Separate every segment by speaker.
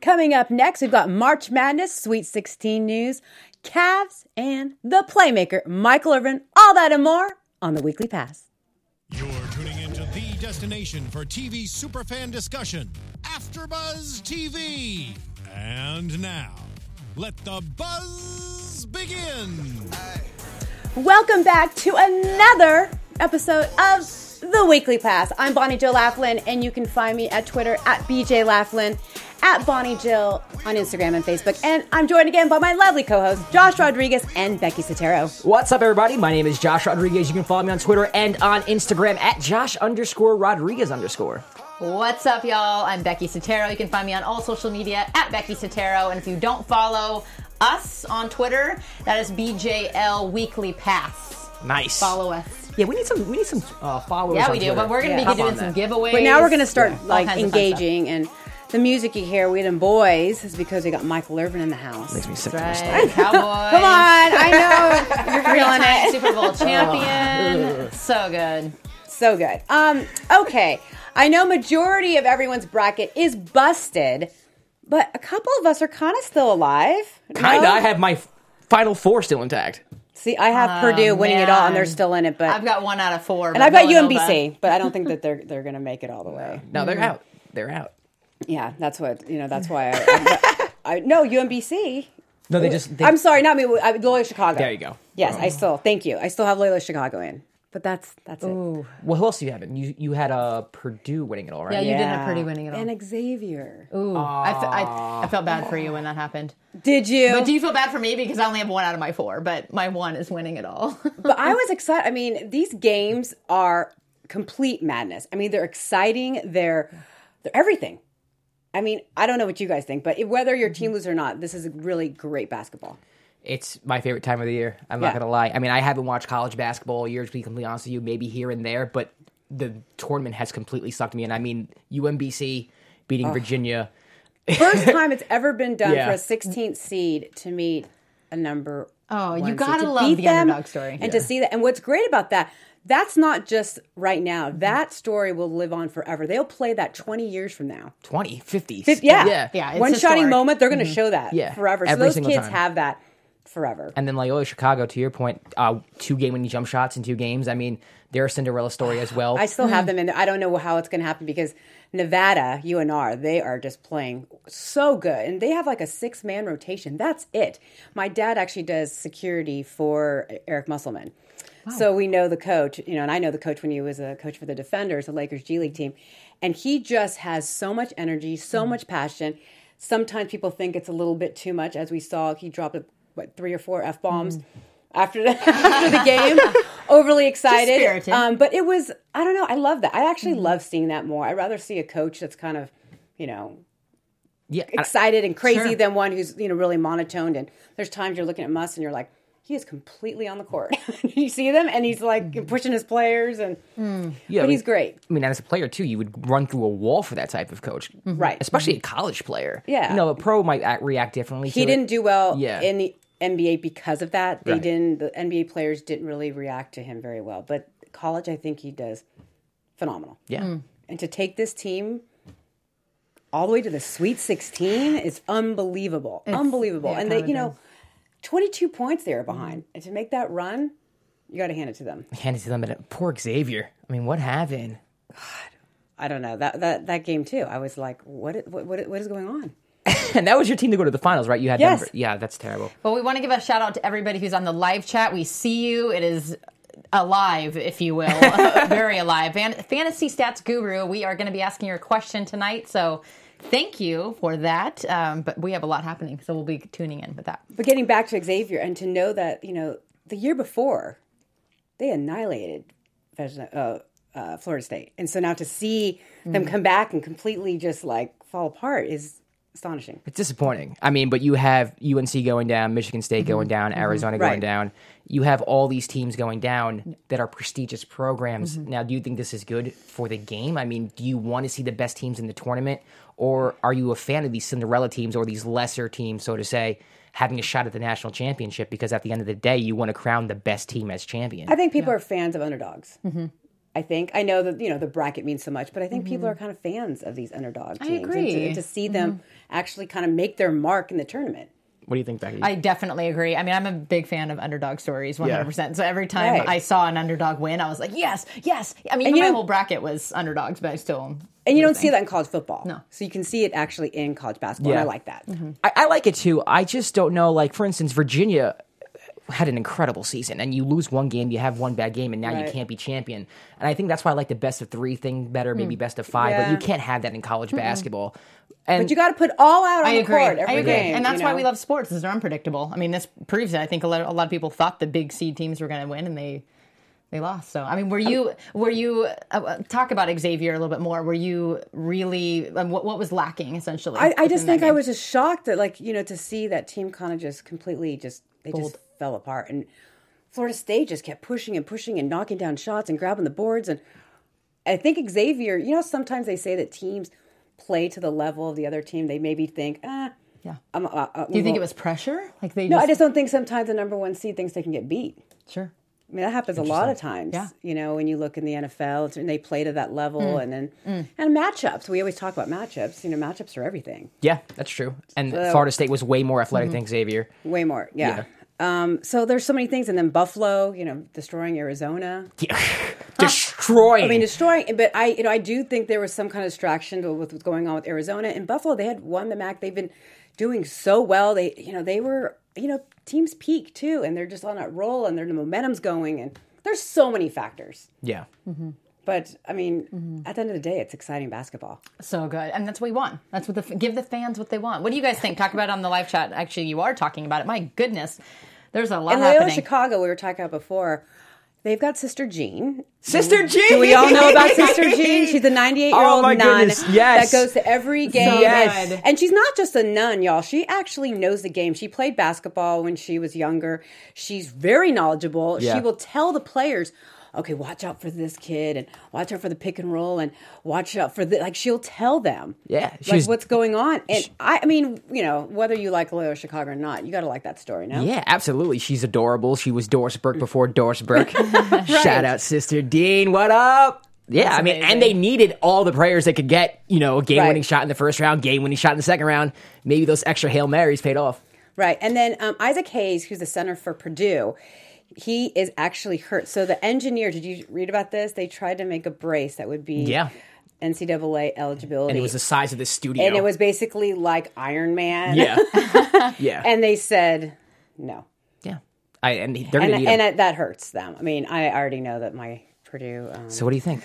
Speaker 1: Coming up next, we've got March Madness, Sweet 16 news, Cavs, and the playmaker, Michael Irvin. All that and more on the Weekly Pass.
Speaker 2: You're tuning into the destination for TV superfan discussion, AfterBuzz TV. And now, let the buzz begin.
Speaker 1: Welcome back to another episode of The Weekly Pass. I'm Bonnie Jill Laughlin, and you can find me at Twitter at BJ Laughlin, at Bonnie Jill on Instagram and Facebook. And I'm joined again by my lovely co hosts, Josh Rodriguez and Becky Sotero.
Speaker 3: What's up, everybody? My name is Josh Rodriguez. You can follow me on Twitter and on Instagram at Josh underscore Rodriguez underscore.
Speaker 4: What's up, y'all? I'm Becky Sotero. You can find me on all social media at Becky Sotero. And if you don't follow us on Twitter, that is BJL Weekly Pass.
Speaker 3: Nice.
Speaker 4: Follow us.
Speaker 3: Yeah, we need some. We need some uh, followers.
Speaker 4: Yeah,
Speaker 3: on
Speaker 4: we do.
Speaker 3: Twitter.
Speaker 4: But we're going to
Speaker 1: Yeah.
Speaker 4: be doing
Speaker 3: Hop
Speaker 4: some
Speaker 3: on
Speaker 4: giveaways.
Speaker 1: But now we're going to start
Speaker 4: all
Speaker 1: like
Speaker 4: kinds of fun stuff.
Speaker 1: engaging, and the music you hear, we them boys, is because we got Michael Irvin in the house.
Speaker 3: Makes me sick to my
Speaker 4: Right.
Speaker 3: stomach.
Speaker 4: Cowboys.
Speaker 1: Come on, I know you're feeling
Speaker 4: Time
Speaker 1: it.
Speaker 4: Super Bowl champion. so good.
Speaker 1: So good. Um, okay. I know majority of everyone's bracket is busted, but a couple of us are kind of still alive.
Speaker 3: Kinda.
Speaker 1: No?
Speaker 3: I have my final four still intact.
Speaker 1: See, I have Purdue winning it all, and they're
Speaker 4: Oh, man.
Speaker 1: still in it. But
Speaker 4: I've got one out of four.
Speaker 1: and I've got UMBC, but I don't think that they're they're gonna make it all the way.
Speaker 3: No, they're out. They're out.
Speaker 1: Yeah, that's what you know. That's why I, I, I no UMBC.
Speaker 3: No, they just. They,
Speaker 1: I'm sorry, not me. I, Loyola Chicago.
Speaker 3: There you go. Um,
Speaker 1: Yes, I still thank you. I still have Loyola Chicago in, but that's that's it.
Speaker 3: Well, who else do you have? in? You you had uh, Purdue winning it all, right?
Speaker 4: Yeah, you did have Purdue winning it all.
Speaker 1: And Xavier,
Speaker 4: Ooh, I, fe- I, I felt bad for you when that happened.
Speaker 1: did you?
Speaker 4: But do you feel bad for me because I only have one out of my four, but my one is winning it all.
Speaker 1: But I was excited. I mean, these games are complete madness. I mean, they're exciting. They're they're everything. I mean, I don't know what you guys think, but whether your
Speaker 4: Mm-hmm.
Speaker 1: team loses or not, this is really great basketball.
Speaker 3: It's my favorite time of the year. I'm
Speaker 1: Yeah.
Speaker 3: not gonna lie. I mean, I haven't watched college basketball all year to be completely honest with you. Maybe here and there, but the tournament has completely sucked me in. I mean, UMBC beating Virginia.
Speaker 1: First time it's ever been done
Speaker 3: Yeah.
Speaker 1: for a 16th seed to meet a number.
Speaker 4: Oh, you
Speaker 1: one seed,
Speaker 4: gotta
Speaker 1: to
Speaker 4: love
Speaker 1: beat
Speaker 4: the
Speaker 1: them
Speaker 4: underdog story.
Speaker 1: and to see that. And what's great about that? That's not just right now.
Speaker 4: Mm-hmm.
Speaker 1: That story will live on forever. They'll play that 20 years from now.
Speaker 3: 20, 50.
Speaker 1: Fif- yeah.
Speaker 3: yeah. Mm-hmm.
Speaker 4: Yeah, it's
Speaker 1: One shining
Speaker 4: historic.
Speaker 1: moment, they're going to show that
Speaker 3: Yeah,
Speaker 1: forever. So
Speaker 3: every
Speaker 1: those
Speaker 3: single
Speaker 1: kids
Speaker 3: time.
Speaker 1: have that forever.
Speaker 3: And then Loyola Chicago, to your point, uh, two game winning jump shots in two games. I mean, they're a Cinderella story as well.
Speaker 1: I still have them in there. I don't know how it's going to happen because Nevada, UNR, they are just playing so good. And they have like a six man rotation. That's it. My dad actually does security for Eric Musselman. So we know the coach, you know, and I know the coach when he was a coach for the Defenders, the Lakers G League team. And he just has so much energy, so much passion. Sometimes people think it's a little bit too much. As we saw, he dropped what, three or four F bombs. After the, after the game, overly excited.
Speaker 4: Dispirited.
Speaker 1: Um, um, but it was, I don't know, I love that. I actually love seeing that more. I'd rather see a coach that's kind of, you know,
Speaker 3: yeah, I-
Speaker 1: excited and crazy
Speaker 3: Sure.
Speaker 1: than one who's, you know, really monotoned. And there's times you're looking at Muss and you're like, he is completely on the court. you see them and he's like pushing his players and
Speaker 3: Mm. yeah, I
Speaker 1: but
Speaker 3: mean-
Speaker 1: he's great.
Speaker 3: I mean, as a player too, you would run through a wall for that type of coach,
Speaker 1: Right.
Speaker 3: Especially a college player.
Speaker 1: Mm-hmm. Yeah.
Speaker 3: you know, a pro might act, react differently.
Speaker 1: He
Speaker 3: to
Speaker 1: didn't
Speaker 3: It.
Speaker 1: do well
Speaker 3: Yeah.
Speaker 1: in the NBA because of that. They
Speaker 3: Right.
Speaker 1: didn't the NBA players didn't really react to him very well. But college I think he does phenomenal.
Speaker 3: Yeah,
Speaker 1: and to take this team all the way to the Sweet 16 is unbelievable, unbelievable.
Speaker 4: yeah, it
Speaker 1: and they,
Speaker 4: kinda
Speaker 1: you know, 22 points they are behind, and to make that run, you got to hand it to them.
Speaker 3: handed to them. At, poor Xavier. I mean, what happened?
Speaker 1: I don't know that that that game too. I was like, what i- what what, what is going on?
Speaker 3: And that was your team to go to the finals, right? You had
Speaker 1: Yes.
Speaker 3: Denver. Yeah, that's terrible.
Speaker 4: Well, we want to give a shout out to everybody who's on the live chat. We see you. It is alive, if you will, very alive. Fan- Fantasy Stats Guru, we are going to be asking your question tonight. So thank you for that. Um, but we have a lot happening, so we'll be tuning in with that.
Speaker 1: But getting back to Xavier and to know that you know the year before they annihilated Ves- uh, uh, Florida State, and so now to see
Speaker 4: Mm.
Speaker 1: them come back and completely just like fall apart is astonishing.
Speaker 3: It's disappointing. I mean, but you have UNC going down, Michigan State going down, Arizona
Speaker 1: Right.
Speaker 3: going down. You have all these teams going down that are prestigious programs. Now, do you think this is good for the game? I mean, do you want to see the best teams in the tournament, or are you a fan of these Cinderella teams or these lesser teams, so to say, having a shot at the national championship? Because at the end of the day, you want to crown the best team as champion.
Speaker 4: Mm-hmm.
Speaker 1: I think people are fans of underdogs. I think I know that you know the bracket means so much, but I think people are kind of fans of these underdog teams. and to- And
Speaker 4: agree. Mm-hmm.
Speaker 1: to, see them actually kind of make their mark in the tournament.
Speaker 3: What do you think, Becky?
Speaker 4: I definitely agree. I mean, I'm a big fan of underdog stories, 100%. So every time
Speaker 1: Right.
Speaker 4: I saw an underdog win, I was like, yes, yes. I mean,
Speaker 1: And
Speaker 4: even
Speaker 1: you
Speaker 4: my
Speaker 1: know-
Speaker 4: whole bracket was underdogs, but I still.
Speaker 1: And you don't see that in college football.
Speaker 4: No. Mm-hmm.
Speaker 1: So you can see it actually in college basketball.
Speaker 3: Yeah.
Speaker 1: And I like that.
Speaker 3: I, I like it too. I just don't know. Like for instance, Virginia had an incredible season, and you lose one game, you have one bad game, and now you
Speaker 1: Right.
Speaker 3: can't be champion. And I think that's why I like the best of three thing better, maybe best of five, but
Speaker 1: Hmm. Yeah.
Speaker 3: you can't have that in college basketball. And
Speaker 1: But you got to put all out on
Speaker 4: I
Speaker 1: the
Speaker 4: agree.
Speaker 1: court
Speaker 4: I
Speaker 1: every
Speaker 4: agree.
Speaker 1: game,
Speaker 4: and
Speaker 1: you
Speaker 4: that's why
Speaker 1: know?
Speaker 4: we love sports, is they're unpredictable. I mean, this proves it. I think a lot, a lot of people thought the big seed teams were going to win, and they. They lost. So, I mean, were you, were you, uh, uh, talk about Xavier a little bit more. Were you really, um, what, what was lacking essentially?
Speaker 1: I, I
Speaker 4: within
Speaker 1: just
Speaker 4: that
Speaker 1: think I
Speaker 4: game?
Speaker 1: was just shocked that like you know to see that team kind of just completely just they just fell apart and Florida State just kept pushing and pushing and knocking down shots and grabbing the boards and I think Xavier you know sometimes they say that teams play to the level of the other team they maybe think ah
Speaker 4: Yeah.
Speaker 1: I'm, uh, uh,
Speaker 4: Do you think it was pressure? Like they
Speaker 1: no
Speaker 4: just,
Speaker 1: I just don't think sometimes the number one seed thinks they can get beat
Speaker 4: sure.
Speaker 1: I mean, that happens a lot of times.
Speaker 4: Yeah. Mm.
Speaker 1: You know, when you look in the NFL, it's- and they play to that level, and then and matchups. We always talk about matchups. You know, matchups are everything.
Speaker 3: yeah, that's true. And Florida State was way more athletic
Speaker 1: Mm-hmm.
Speaker 3: than Xavier.
Speaker 1: Way more, yeah. Um, so there's so many things, and then Buffalo, you know, destroying Arizona.
Speaker 3: Destroying.
Speaker 1: I mean, destroying, but I, you know, I do think there was some kind of distraction to- with what's going on with Arizona and Buffalo. They had won the MAC. They've been doing so well. They, you know, they were, you know, teams peak too, and they're just on that roll, and their momentum's going, and there's so many factors.
Speaker 3: yeah.
Speaker 1: Mm-hmm. But I mean, at the end of the day, it's exciting basketball.
Speaker 4: So good, and that's what we want. That's what the give the fans what they want. What do you guys think? Talk about it on the live chat. Actually, you are talking about it. My goodness, there's a lot
Speaker 1: And Loyola
Speaker 4: happening.
Speaker 1: Chicago, we were talking about before. They've got Sister Jean,
Speaker 3: Sister Jean.
Speaker 1: Do we all know about Sister Jean? She's a 98 year
Speaker 3: Oh
Speaker 1: old
Speaker 3: my
Speaker 1: nun
Speaker 3: goodness, yes.
Speaker 1: that goes to every game.
Speaker 3: Yes. good.
Speaker 1: And she's not just a nun, y'all. She actually knows the game. She played basketball when she was younger. She's very knowledgeable.
Speaker 3: Yeah.
Speaker 1: She will tell the players, okay, watch out for this kid and watch out for the pick and roll and watch out for the, like, she'll tell them.
Speaker 3: Yeah,
Speaker 1: Like
Speaker 3: she's-
Speaker 1: what's going on. And I, I mean, you know, whether you like Loyola Chicago or not, you got to like that story, no?
Speaker 3: Yeah, absolutely. She's adorable. She was Doris Burke before Doris Burke. Shout out, Sister Dean. What up? Yeah, I mean,
Speaker 4: amazing.
Speaker 3: and they needed all the prayers they could get. You know, a game winning
Speaker 1: Right.
Speaker 3: shot in the first round, game winning shot in the second round. Maybe those extra Hail Marys paid off.
Speaker 1: Right. And then um, Isaac Hayes, who's the center for Purdue, he is actually hurt. So the engineer, did you read about this? They tried to make a brace that would be
Speaker 3: Yeah.
Speaker 1: NCAA eligibility.
Speaker 3: And it was the size of this studio.
Speaker 1: And it was basically like Iron Man.
Speaker 3: Yeah. yeah.
Speaker 1: And they said no.
Speaker 3: yeah. I, and they're going
Speaker 1: And,
Speaker 3: to need
Speaker 1: and
Speaker 3: him.
Speaker 1: it, that hurts them. I mean, I already know that my Purdue um,
Speaker 3: So, what do you think?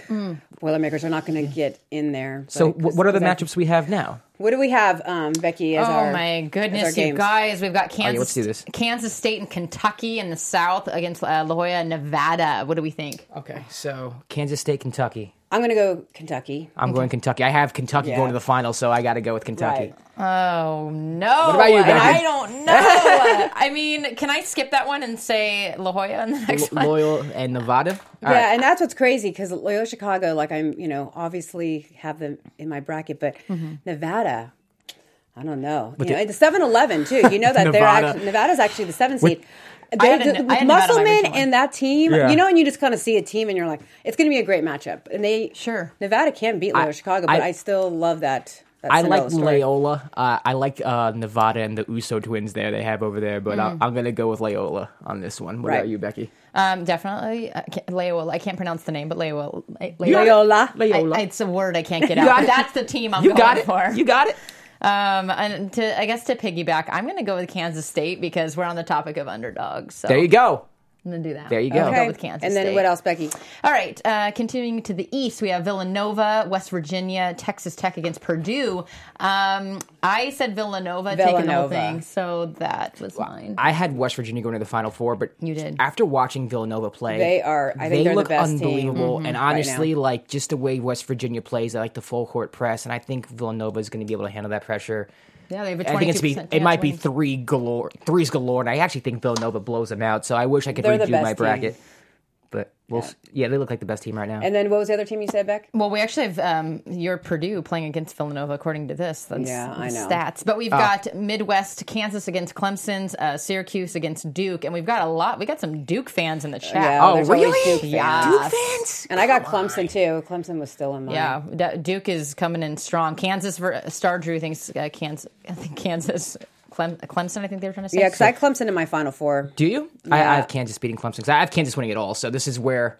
Speaker 1: Boilermakers are not going to get in there.
Speaker 3: So,
Speaker 1: but-
Speaker 3: wh- what are the
Speaker 1: 'cause I-
Speaker 3: matchups we have now?
Speaker 1: What do we have, um, Becky? As
Speaker 4: Oh
Speaker 1: our,
Speaker 4: my
Speaker 1: as our
Speaker 4: goodness, you
Speaker 1: games?
Speaker 4: guys! We've got Kansas,
Speaker 3: let's do this.
Speaker 4: Kansas State and Kentucky in the South against uh, La Jolla, Nevada. What do we think?
Speaker 3: Okay, so Kansas State, Kentucky.
Speaker 1: I'm going to go Kentucky.
Speaker 3: I'm going Kentucky. I have Kentucky
Speaker 1: Yeah.
Speaker 3: going to the final, so I got to go with Kentucky.
Speaker 1: Right.
Speaker 4: Oh no! What
Speaker 3: about you, Becky?
Speaker 4: I don't know. I mean, can I skip that one and say La Jolla in the next
Speaker 3: Lo-
Speaker 4: one?
Speaker 3: Loyal and Nevada. All
Speaker 1: yeah,
Speaker 3: right.
Speaker 1: and that's what's crazy because Loyola Chicago, like I'm, you know, obviously have them in my bracket, but
Speaker 4: Mm-hmm.
Speaker 1: Nevada, I don't know. you know, and the 7 Eleven, too. You know that they're
Speaker 3: Nevada.
Speaker 1: actually, Nevada's actually the seventh seed. They-
Speaker 4: had a-
Speaker 1: with
Speaker 4: I had Nevada on my
Speaker 1: Musselman
Speaker 4: original one.
Speaker 1: and that team,
Speaker 3: Yeah.
Speaker 1: you know, and you just kind of see a team and you're like, it's going to be a great matchup. And they,
Speaker 4: Sure.
Speaker 1: Nevada can beat Loyola Chicago, but
Speaker 3: I-
Speaker 1: I, still love that. that
Speaker 3: I
Speaker 1: Cinderella
Speaker 3: like
Speaker 1: story.
Speaker 3: Loyola. Uh, I like uh, Nevada and the Uso twins there they have over there, but I, I'm going to go with Loyola on this one.
Speaker 1: Mm.
Speaker 3: What
Speaker 1: Right.
Speaker 3: about you, Becky?
Speaker 4: Um, definitely uh, Ca- Loyola. I can't pronounce the name, but Loyola. Loyola.
Speaker 1: Loyola.
Speaker 4: I,
Speaker 3: Loyola.
Speaker 4: I- it's a word I can't get out. but that's the team I'm
Speaker 3: you
Speaker 4: going
Speaker 3: got it.
Speaker 4: for.
Speaker 3: You got it.
Speaker 1: Oh.
Speaker 4: Um, and to I guess to piggyback, I'm going to go with Kansas State because we're on the topic of underdogs. So
Speaker 3: There you go.
Speaker 4: I'm going to do that.
Speaker 3: There you go.
Speaker 4: I'm gonna
Speaker 1: Okay.
Speaker 4: go with Kansas
Speaker 1: and then
Speaker 4: State.
Speaker 1: what else, Becky?
Speaker 4: All right. Uh, continuing to the east, we have Villanova, West Virginia, Texas Tech against Purdue. Um, I said Villanova, taking the whole
Speaker 1: Villanova.
Speaker 4: thing, so that was mine.
Speaker 3: I had West Virginia going to the Final Four, but
Speaker 4: You did.
Speaker 3: After watching Villanova play,
Speaker 1: They are- I think
Speaker 3: they
Speaker 1: they're the
Speaker 3: look
Speaker 1: best team,
Speaker 3: unbelievable. and honestly, like just the way West Virginia plays, I like the full court press, and I think Villanova is going to be able to handle that pressure.
Speaker 4: yeah, they have a 22%
Speaker 3: I think it's be
Speaker 4: chance
Speaker 3: it might be
Speaker 4: win.
Speaker 3: three galore, threes galore, and I actually think Villanova blows them out. So I wish I could
Speaker 1: They're the
Speaker 3: redo my
Speaker 1: best team.
Speaker 3: bracket. But we'll s yeah, they look like the best team right now.
Speaker 1: And then what was the other team you said, Beck?
Speaker 4: Well, we actually have um, your Purdue playing against Villanova, according to this. That's
Speaker 1: Yeah, I
Speaker 4: the
Speaker 1: know.
Speaker 4: stats. But
Speaker 3: Ah.
Speaker 4: we've got Midwest Kansas against Clemson's, uh, Syracuse against Duke, and we've got a lot. We got some Duke fans in the chat.
Speaker 1: Yeah,
Speaker 3: oh,
Speaker 1: there's always
Speaker 3: really?
Speaker 1: Duke fans.
Speaker 4: Yes.
Speaker 3: fans.
Speaker 1: And I got Clemson too. Clemson was still in mine.
Speaker 4: Yeah, D- Duke is coming in strong. Kansas ver- Star Drew thinks uh, Kansas. I think Kansas. Clem- Clemson, I think they were trying to say.
Speaker 1: Yeah, because I had Clemson in my final four.
Speaker 3: Do you? I, I have Kansas beating Clemson. 'cause I have Kansas winning it all. So this is where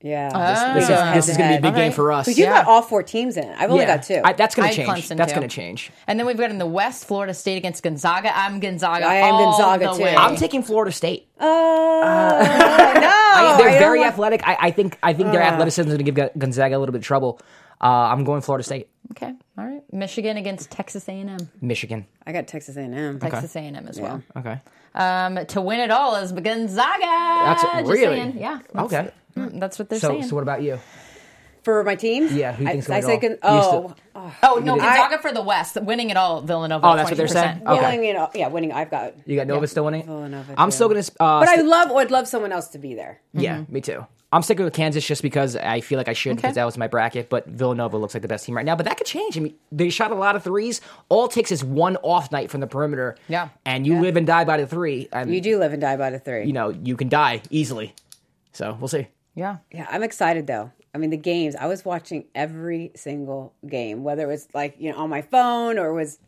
Speaker 1: Yeah.
Speaker 3: this, is-
Speaker 1: head
Speaker 3: this is
Speaker 1: to
Speaker 3: going to be a
Speaker 1: head.
Speaker 3: big game
Speaker 4: Alright.
Speaker 3: for us.
Speaker 1: Because you
Speaker 4: Yeah.
Speaker 1: got all four teams in it. I've only
Speaker 3: Yeah.
Speaker 1: Oh, got two.
Speaker 3: I- that's going
Speaker 4: I
Speaker 3: to
Speaker 4: had
Speaker 3: change.
Speaker 4: Clemson,
Speaker 3: that's
Speaker 4: too.
Speaker 3: going to change.
Speaker 4: And then we've got in the West, Florida State against Gonzaga. I'm Gonzaga.
Speaker 1: I am
Speaker 4: all
Speaker 1: Gonzaga,
Speaker 4: the
Speaker 1: too.
Speaker 4: way.
Speaker 3: I'm taking Florida State.
Speaker 1: oh, no.
Speaker 3: they're
Speaker 1: I
Speaker 3: very
Speaker 1: don't- Uh.
Speaker 3: athletic. I, I think I think their athleticism is going to give Gon- Gonzaga a little bit of trouble. Uh, I'm going Florida State,
Speaker 4: okay. All right. Michigan against Texas A&M.
Speaker 3: Michigan.
Speaker 1: I got Texas A&M.
Speaker 4: Texas A&M as well.
Speaker 3: Okay,
Speaker 4: Um, to win it all is Gonzaga.
Speaker 3: that's
Speaker 1: Uh,
Speaker 4: Just
Speaker 3: really
Speaker 4: saying. Yeah. that's-
Speaker 3: Okay,
Speaker 4: mm, That's what they're
Speaker 3: so
Speaker 4: saying.
Speaker 3: so what about you?
Speaker 1: For my team?
Speaker 3: Yeah, who
Speaker 1: I,
Speaker 3: thinks
Speaker 1: I
Speaker 3: will
Speaker 1: said,
Speaker 3: win
Speaker 1: Gon-
Speaker 3: it all? You
Speaker 1: oh,
Speaker 3: still-
Speaker 4: oh no, Gonzaga
Speaker 1: I-
Speaker 4: for the West, winning it all. Villanova.
Speaker 3: Oh, that's what they're saying?
Speaker 4: 20%.
Speaker 3: Okay.
Speaker 1: winning, you know, yeah, winning. I've got.
Speaker 3: You got Nova still winning.
Speaker 1: Villanova,
Speaker 3: I'm
Speaker 1: too.
Speaker 3: still going to. Uh,
Speaker 1: But I
Speaker 3: st-
Speaker 1: love, would love someone else to be there.
Speaker 3: yeah, me too. I'm sticking with Kansas just because I feel like I should because that was my bracket. But Villanova looks like the best team right now. But that could change. I mean, they shot a lot of threes. All it takes is one off night from the perimeter.
Speaker 4: Yeah.
Speaker 3: and you live and die by the three. And
Speaker 1: You
Speaker 3: you,
Speaker 1: do live and die by the three.
Speaker 3: know you can die easily. So we'll see.
Speaker 4: Yeah.
Speaker 1: Yeah, I'm excited though. I mean, the games, I was watching every single game, whether it was like, you know, on my phone or was.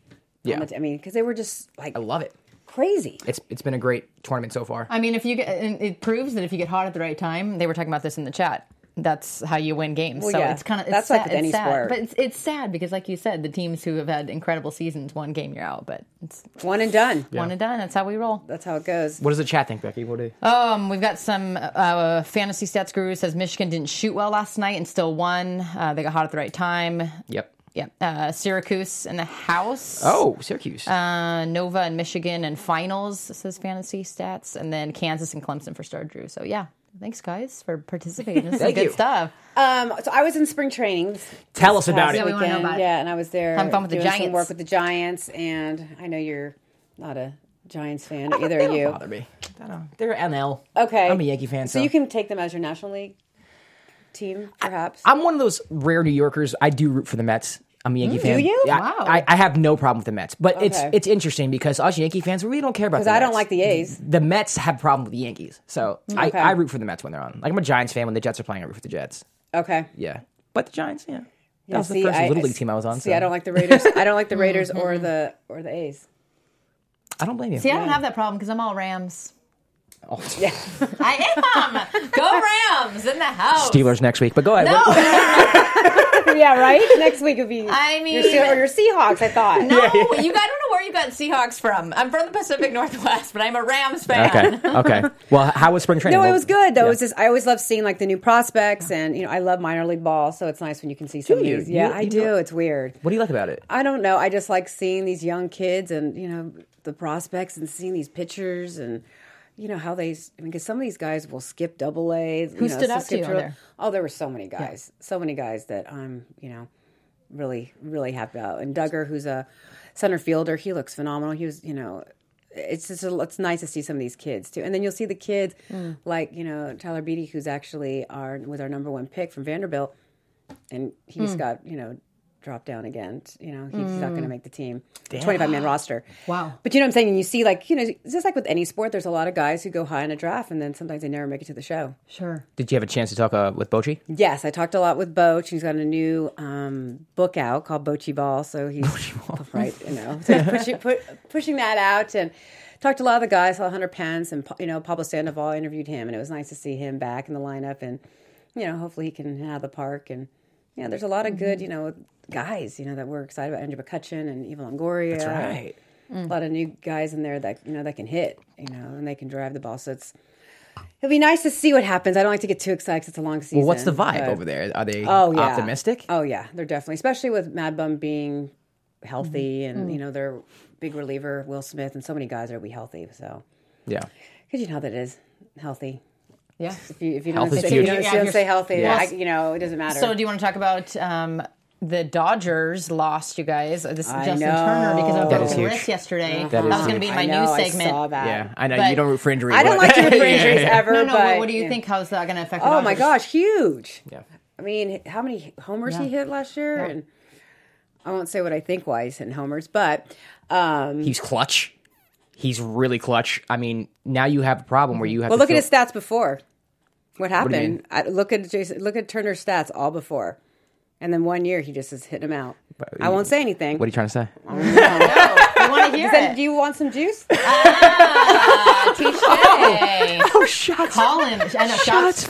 Speaker 3: Yeah.
Speaker 1: I mean, because they were just like
Speaker 3: I love it.
Speaker 1: crazy.
Speaker 3: It's it's been a great tournament so far.
Speaker 4: I mean, if you get, and it proves that if you get hot at the right time, they were talking about this in the chat. That's how you win games. so
Speaker 1: yeah.
Speaker 4: it's kind of
Speaker 1: That's
Speaker 4: sad,
Speaker 1: like with
Speaker 4: it's
Speaker 1: any
Speaker 4: sad.
Speaker 1: sport.
Speaker 4: but it's, it's sad because, like you said, the teams who have had incredible seasons, one game you're out. But it's
Speaker 1: One and done.
Speaker 4: one and done. That's how we roll.
Speaker 1: That's how it goes.
Speaker 3: What does the chat think, Becky? What do you-
Speaker 4: Um, we've got some uh, fantasy stats guru says Michigan didn't shoot well last night and still won. Uh, they got hot at the right time.
Speaker 3: Yep.
Speaker 4: Yeah. Uh, Syracuse in the house.
Speaker 3: Oh, Syracuse.
Speaker 4: Uh, Nova and Michigan and finals says fantasy stats, and then Kansas and Clemson for Star Drew. So yeah, thanks guys for participating. This is
Speaker 3: Thank
Speaker 4: good
Speaker 3: you.
Speaker 4: stuff.
Speaker 1: Um, so I was in spring training. this
Speaker 3: Tell us about
Speaker 1: past
Speaker 3: it.
Speaker 4: we wanna know
Speaker 1: weekend.
Speaker 4: about it.
Speaker 1: Yeah, and I was there
Speaker 4: Having fun with the
Speaker 1: doing Some
Speaker 4: Giants.
Speaker 1: work with the Giants, and I know you're not a Giants fan either.
Speaker 3: They
Speaker 1: Are
Speaker 3: don't
Speaker 1: you?
Speaker 3: bother me. I don't- They're NL.
Speaker 1: Okay,
Speaker 3: I'm a Yankee fan,
Speaker 1: so,
Speaker 3: so-
Speaker 1: you can take them as your National League team, perhaps.
Speaker 3: I'm one of those rare New Yorkers. I do root for the Mets. I'm a Yankee fan.
Speaker 1: Mm, you?
Speaker 3: Yeah,
Speaker 4: Wow.
Speaker 3: I, I have no problem with the Mets, but it's
Speaker 1: Okay.
Speaker 3: it's interesting because us Yankee fans we really don't care about.
Speaker 1: because I don't like the A's.
Speaker 3: the Mets have problem with the Yankees, so
Speaker 1: Okay.
Speaker 3: I, I root for the Mets when they're on. Like I'm a Giants fan when the Jets are playing. I root for the Jets.
Speaker 1: Okay.
Speaker 3: Yeah, but the Giants, yeah.
Speaker 1: Yeah,
Speaker 3: that was
Speaker 1: see,
Speaker 3: the first
Speaker 1: I-
Speaker 3: little league team I was on.
Speaker 1: See,
Speaker 3: so Mm-hmm.
Speaker 1: I don't like the Raiders. I don't like the Raiders or the or the A's.
Speaker 3: I don't blame you.
Speaker 4: See, I don't have that problem because I'm all Rams.
Speaker 3: Oh.
Speaker 4: I am. Go Rams in the house.
Speaker 3: Steelers next week, but go ahead. What-
Speaker 4: No,
Speaker 1: yeah, right. Next week would be.
Speaker 4: I
Speaker 1: your
Speaker 4: mean-
Speaker 1: Steel- or your Seahawks. I thought.
Speaker 4: no, you. I don't know where you got Seahawks from. I'm from the Pacific Northwest, but I'm a Rams fan.
Speaker 3: Okay. Okay. Well, h- how was spring training?
Speaker 1: No, it
Speaker 3: Well,
Speaker 1: was good though. It was just I always love seeing like the new prospects, and you know I love minor league ball, so it's nice when you can see some of
Speaker 3: you?
Speaker 1: these. Yeah,
Speaker 3: You-
Speaker 1: I
Speaker 3: you
Speaker 1: do.
Speaker 3: know-
Speaker 1: It's weird.
Speaker 3: What do you like about it?
Speaker 1: I don't know. I just like seeing these young kids, and you know the prospects, and seeing these pictures, and you know how they. I mean, because some of these guys will skip double A's. Who
Speaker 4: stood out to you there?
Speaker 1: Oh, there were so many guys, so many guys that I'm, you know, really, really happy about. And Duggar, who's a center fielder, he looks phenomenal. He was, you know, it's just a, it's nice to see some of these kids too. And then you'll see the kids like you know Tyler Beatty, who's actually our was our number one pick from Vanderbilt, and he just got you know dropped down again. You know, he's not going to make the team. Twenty five man roster.
Speaker 4: Wow.
Speaker 1: But you know what I'm saying? You see, like you know, it's just like with any sport, there's a lot of guys who go high in a draft, and then sometimes they never make it to the show.
Speaker 4: Sure.
Speaker 3: Did you have a chance to talk uh, with Bochy?
Speaker 1: Yes, I talked a lot with Boch. He's got a new um, book out called Bochy Ball. So he's right, you know, so pushing, pu- pushing that out and talked to a lot of the guys. Saw Hunter Pence and you know Pablo Sandoval interviewed him, and it was nice to see him back in the lineup. And you know, hopefully he can hit out of the park. And yeah, there's a lot of good, you know, guys, you know, that we're excited about. Andrew McCutcheon and Eva Longoria. That's
Speaker 3: right.
Speaker 1: A lot of new guys in there that you know that can hit, you know, and they can drive the ball. So it's it'll be nice to see what happens. I don't like to get too excited. 'cause it's a long season.
Speaker 3: Well, what's the vibe
Speaker 1: but-
Speaker 3: over there? Are they
Speaker 1: Oh yeah,
Speaker 3: optimistic?
Speaker 1: Oh yeah, they're definitely, especially with Mad Bum being healthy,
Speaker 3: Mm-hmm.
Speaker 1: and
Speaker 3: Mm.
Speaker 1: you know their big reliever Will Smith, and so many guys are we healthy. So
Speaker 3: Yeah.
Speaker 1: because you know how that is healthy.
Speaker 4: Yeah.
Speaker 1: If you if you
Speaker 3: Health
Speaker 1: don't
Speaker 3: is
Speaker 1: say, if you
Speaker 3: huge.
Speaker 1: don't,
Speaker 4: Yeah,
Speaker 1: if you don't
Speaker 4: if
Speaker 1: say
Speaker 4: you're-
Speaker 1: healthy,
Speaker 3: Yeah.
Speaker 1: I, you know it doesn't matter.
Speaker 4: So, do you want to talk about um, the Dodgers lost, you guys. This is
Speaker 1: I
Speaker 4: Justin
Speaker 1: know.
Speaker 4: Turner because of a
Speaker 1: That
Speaker 3: is
Speaker 4: broken
Speaker 3: huge.
Speaker 4: wrist yesterday.
Speaker 3: That
Speaker 4: That,
Speaker 3: is
Speaker 4: was going to be
Speaker 3: huge.
Speaker 4: my
Speaker 1: I know,
Speaker 4: news
Speaker 1: I saw
Speaker 4: segment.
Speaker 1: that.
Speaker 3: Yeah, I know
Speaker 4: But-
Speaker 3: you don't root for injuries.
Speaker 1: Um, I don't
Speaker 3: but-
Speaker 1: like to root for injuries ever.
Speaker 4: No, no.
Speaker 1: but,
Speaker 4: what, what do you
Speaker 1: yeah.
Speaker 4: think? How's that going to affect? the
Speaker 1: Oh my
Speaker 4: Dodgers?
Speaker 1: gosh, huge.
Speaker 3: Yeah.
Speaker 1: I mean, how many homers he
Speaker 4: Yeah.
Speaker 1: hit last year?
Speaker 4: Yeah.
Speaker 1: And I won't say what I think why he's hitting homers, but um,
Speaker 3: He's clutch. He's really clutch. I mean, now you have a problem where you have.
Speaker 1: well,
Speaker 3: to
Speaker 1: look at
Speaker 3: fill-
Speaker 1: his stats before. What
Speaker 3: do you
Speaker 1: happened?
Speaker 3: mean?
Speaker 1: I, look at Jason. Look at Turner's stats all before, and then one year he just is hitting him out. I won't say anything.
Speaker 3: What are you trying to say?
Speaker 4: I want to hear
Speaker 1: Then
Speaker 4: it.
Speaker 1: do you want some juice?
Speaker 4: Ah, touche.
Speaker 3: Oh, shots!
Speaker 4: Colin, I know, shots,
Speaker 3: at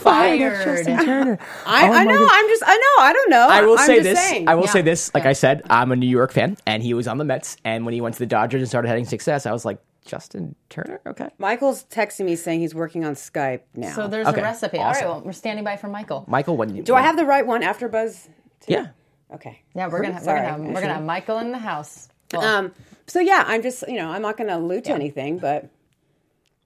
Speaker 4: fired.
Speaker 3: Justin Turner.
Speaker 1: I,
Speaker 3: Oh
Speaker 1: I
Speaker 3: my
Speaker 1: know.
Speaker 3: goodness.
Speaker 1: I'm just. I know. I don't know.
Speaker 3: I will
Speaker 1: I'm
Speaker 3: say
Speaker 1: just
Speaker 3: this.
Speaker 1: saying.
Speaker 3: I will
Speaker 4: Yeah.
Speaker 3: say this. Like
Speaker 4: Yeah.
Speaker 3: I said, I'm a New York fan, and he was on the Mets. And when he went to the Dodgers and started having success, I was like, Justin Turner, okay.
Speaker 1: Michael's texting me saying he's working on Skype now.
Speaker 4: So there's
Speaker 3: Oh, Okay,
Speaker 4: a recipe.
Speaker 3: awesome.
Speaker 4: All right, well, we're standing by for Michael.
Speaker 3: Michael, when you
Speaker 1: do I have the right one after Buzz?
Speaker 3: Yeah,
Speaker 1: Okay.
Speaker 4: Yeah, we're gonna, we're
Speaker 1: Sorry.
Speaker 4: gonna, have, we're gonna have Michael in the house. Well,
Speaker 1: Um. So yeah, I'm just you know I'm not going to allude to anything, but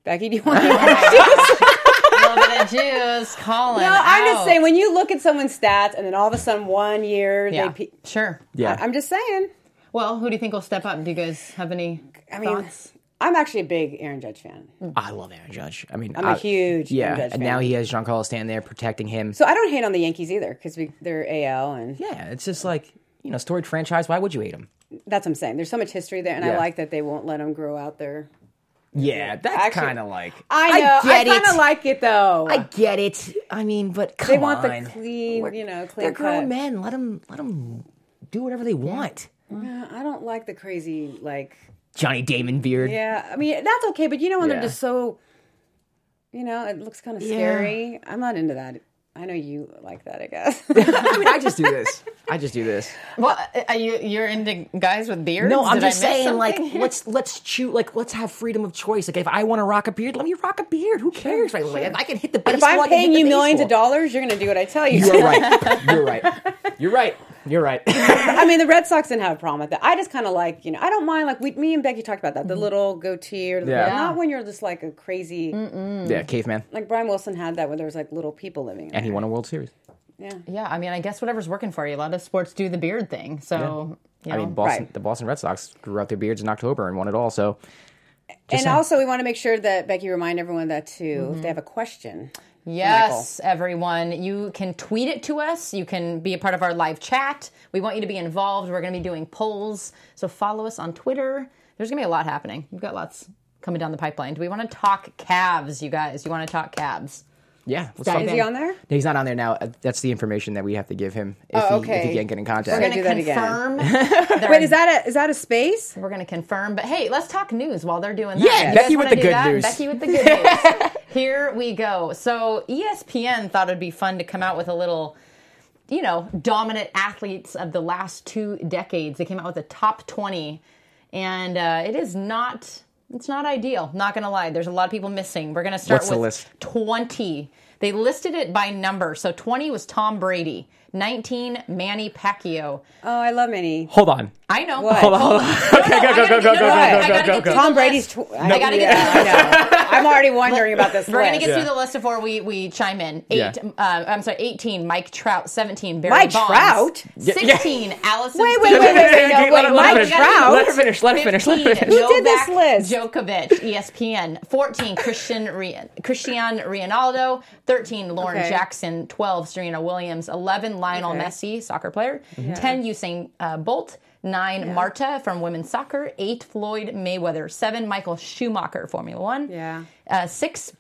Speaker 1: Becky, do you want? to
Speaker 4: a little bit of juice, Colin.
Speaker 1: No, I'm just
Speaker 4: out.
Speaker 1: saying when you look at someone's stats and then all of a sudden one year
Speaker 4: Yeah,
Speaker 1: they. Pe-
Speaker 4: sure.
Speaker 3: yeah.
Speaker 1: I- I'm just saying.
Speaker 4: Well, who do you think will step up? Do you guys have any
Speaker 1: I mean,
Speaker 4: thoughts?
Speaker 1: I'm actually a big Aaron Judge fan,
Speaker 3: I love Aaron Judge. I mean,
Speaker 1: I'm a huge
Speaker 3: yeah.
Speaker 1: Aaron Judge
Speaker 3: and
Speaker 1: fan.
Speaker 3: now he has Giancarlo Stanton there protecting him.
Speaker 1: so I don't hate on the Yankees either because we they're AL and
Speaker 3: yeah, it's just like you know, storied franchise. Why would you hate him?
Speaker 1: that's what I'm saying. There's so much history there, and I
Speaker 3: Yeah.
Speaker 1: like that they won't let them grow out their.
Speaker 3: Yeah, that's
Speaker 1: Actually-
Speaker 3: kind of like uh,
Speaker 1: I know. I,
Speaker 3: get
Speaker 1: kind of
Speaker 3: it.
Speaker 1: like it though.
Speaker 3: I get it. I mean, but come
Speaker 1: they want
Speaker 3: on.
Speaker 1: the clean, you know, clean
Speaker 3: They're grown
Speaker 1: cut.
Speaker 3: men. Let them let them do whatever they want.
Speaker 1: Yeah, I don't like the crazy like.
Speaker 3: Johnny Damon beard.
Speaker 1: Yeah, I mean that's okay, but you know when
Speaker 3: Yeah.
Speaker 1: they're just so, you know, it looks kind of scary. I'm not into that. I know you like that, I guess.
Speaker 3: I mean, I just do this. I just do this.
Speaker 4: Well, uh, are you you're into guys with beards?
Speaker 3: No, I'm
Speaker 4: Did I
Speaker 3: just
Speaker 4: miss
Speaker 3: saying, like,
Speaker 4: something?
Speaker 3: let's let's choose, like, let's have freedom of choice. Like, if I want to rock a beard, let me rock a beard. Who cares? Like, if I can hit the baseball.
Speaker 1: if I'm
Speaker 3: I can hit
Speaker 1: paying
Speaker 3: the
Speaker 1: you millions of
Speaker 3: baseball.
Speaker 1: dollars, you're going to do what I tell you.
Speaker 3: You're right. You're right. You're right. You're right.
Speaker 1: I mean, the Red Sox didn't have a problem with that. I just kind of like, you know, I don't mind. Like we, me and Becky talked about that, the little goatee or the,
Speaker 3: Yeah.
Speaker 1: not when you're just like a crazy.
Speaker 3: yeah, caveman,
Speaker 1: Like Brian Wilson had that when there was like little people living. In
Speaker 3: and he won a World Series.
Speaker 1: yeah.
Speaker 4: yeah. I mean, I guess whatever's working for you. A lot of sports do the beard thing. So, you
Speaker 3: I
Speaker 4: know.
Speaker 3: mean, Boston,
Speaker 1: Right.
Speaker 3: the Boston Red Sox grew out their beards in October and won it all. So,
Speaker 1: And
Speaker 3: saying.
Speaker 1: also, we want to make sure that Becky remind everyone that too, if they have a question.
Speaker 4: Yes, everyone. You can tweet it to us. You can be a part of our live chat. We want you to be involved. We're going to be doing polls. So follow us on Twitter. There's going to be a lot happening. We've got lots coming down the pipeline. Do we want to talk calves, you guys? You want to talk calves?
Speaker 3: yeah, let's
Speaker 4: Dive
Speaker 3: talk-
Speaker 1: Is
Speaker 4: in.
Speaker 1: he on there?
Speaker 3: No, he's not on there now. Uh, That's the information that we have to give him if,
Speaker 1: Oh,
Speaker 3: he, if
Speaker 1: okay.
Speaker 3: he can't get in contact.
Speaker 1: We're
Speaker 4: We're
Speaker 1: gonna-
Speaker 4: going
Speaker 1: do
Speaker 4: to
Speaker 1: that again.
Speaker 4: confirm.
Speaker 1: Wait, is that a is that a space?
Speaker 4: We're going to confirm. But hey, let's talk news while they're doing that.
Speaker 3: Yeah,
Speaker 4: You guys
Speaker 3: Becky with
Speaker 4: wanna
Speaker 3: the
Speaker 4: do
Speaker 3: good
Speaker 4: that?
Speaker 3: news.
Speaker 4: Becky with the good news. Here we go. So E ESPN thought it'd be fun to come out with a little, you know, dominant athletes of the last two decades. They came out with a top twenty, and uh, it is not. It's not ideal. Not going to lie. There's a lot of people missing. We're going to start
Speaker 3: What's the
Speaker 4: with
Speaker 3: list?
Speaker 4: 20. They listed it by number. So 20 was Tom Brady, 19 Manny Pacquiao.
Speaker 1: Oh, I love Minnie.
Speaker 3: Hold on.
Speaker 4: I know.
Speaker 1: What?
Speaker 4: Hold on.
Speaker 3: Hold on. Okay, go, go, go, go, go,
Speaker 1: no,
Speaker 3: go,
Speaker 1: I gotta
Speaker 3: go, go,
Speaker 4: get
Speaker 3: go.
Speaker 4: to the
Speaker 1: Tom Brady's.
Speaker 4: list.
Speaker 1: Tw-
Speaker 4: I gotta get
Speaker 1: yeah, I know. I'm already wondering about this.
Speaker 4: We're gonna
Speaker 1: list.
Speaker 4: get through
Speaker 3: Yeah.
Speaker 4: the list before we, we chime in. Eight,
Speaker 3: Yeah.
Speaker 4: uh, I'm sorry, eighteen. Mike Trout, seventeen. Barry
Speaker 1: Mike
Speaker 4: Bonds,
Speaker 1: Trout?
Speaker 3: yeah.
Speaker 4: sixteen. Allison.
Speaker 1: Wait, wait, wait, wait, wait, no, wait,
Speaker 3: Let her
Speaker 1: Mike
Speaker 3: finish.
Speaker 1: Trout?
Speaker 3: Let her finish. Let her finish. Let her finish.
Speaker 1: Who did this list?
Speaker 4: Djokovic, E ESPN. Fourteen, Christian Re- Cristiano Ronaldo. Thirteen, Lauren
Speaker 1: Okay.
Speaker 4: Jackson. Twelve, Serena Williams. Eleven, Lionel
Speaker 1: Okay. Mm-hmm.
Speaker 4: Messi, soccer player. Ten, Usain uh, Bolt. Nine, Marta from women's soccer. Eight, Floyd Mayweather. Seven, Michael Schumacher, Formula One.
Speaker 1: Yeah.
Speaker 4: Uh, six,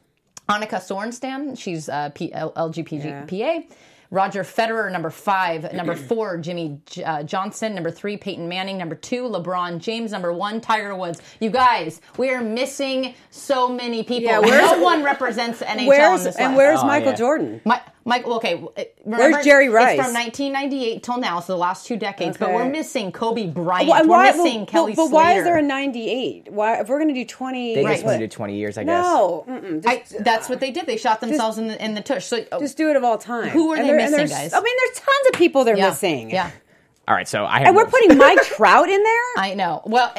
Speaker 4: Annika Sorenstam. She's uh, P- L- LGPGPA. Roger Federer, number five. Number four, Jimmy J- uh, Johnson. Number three, Peyton Manning. Number two, LeBron James. Number one, Tiger Woods. You guys, we are missing so many people.
Speaker 1: Yeah, where's-
Speaker 4: no one represents NHL on
Speaker 1: Where's
Speaker 4: this
Speaker 1: and
Speaker 4: list.
Speaker 1: where's
Speaker 3: Oh,
Speaker 1: Michael
Speaker 3: yeah.
Speaker 1: Jordan?
Speaker 4: Mi- Michael, okay. w- uh, Remember,
Speaker 1: Jerry Rice?
Speaker 4: It's from 1998 till now, so the last two decades. But
Speaker 1: Okay.
Speaker 4: we're missing Kobe Bryant.
Speaker 1: Well, and
Speaker 4: we're
Speaker 1: why-
Speaker 4: missing
Speaker 1: well,
Speaker 4: Kelly
Speaker 1: But, but why is
Speaker 4: Slater.
Speaker 1: there a 98? Why if we're gonna do 20?
Speaker 3: They
Speaker 1: Right.
Speaker 3: just wanted to do 20 years, I guess.
Speaker 1: no, mm-mm,
Speaker 4: I,
Speaker 1: just,
Speaker 4: that's what they did. They shot themselves in the in the tush. So, oh,
Speaker 1: just do it of all time.
Speaker 4: Who are
Speaker 1: And
Speaker 4: they
Speaker 1: there- and
Speaker 4: missing,
Speaker 1: there's-
Speaker 4: guys?
Speaker 1: I mean, there's tons of people they're
Speaker 4: yeah,
Speaker 1: missing.
Speaker 4: Yeah,
Speaker 3: All right, so I have
Speaker 1: and we're
Speaker 3: no-
Speaker 1: putting Mike Trout in there.
Speaker 4: I know. Well,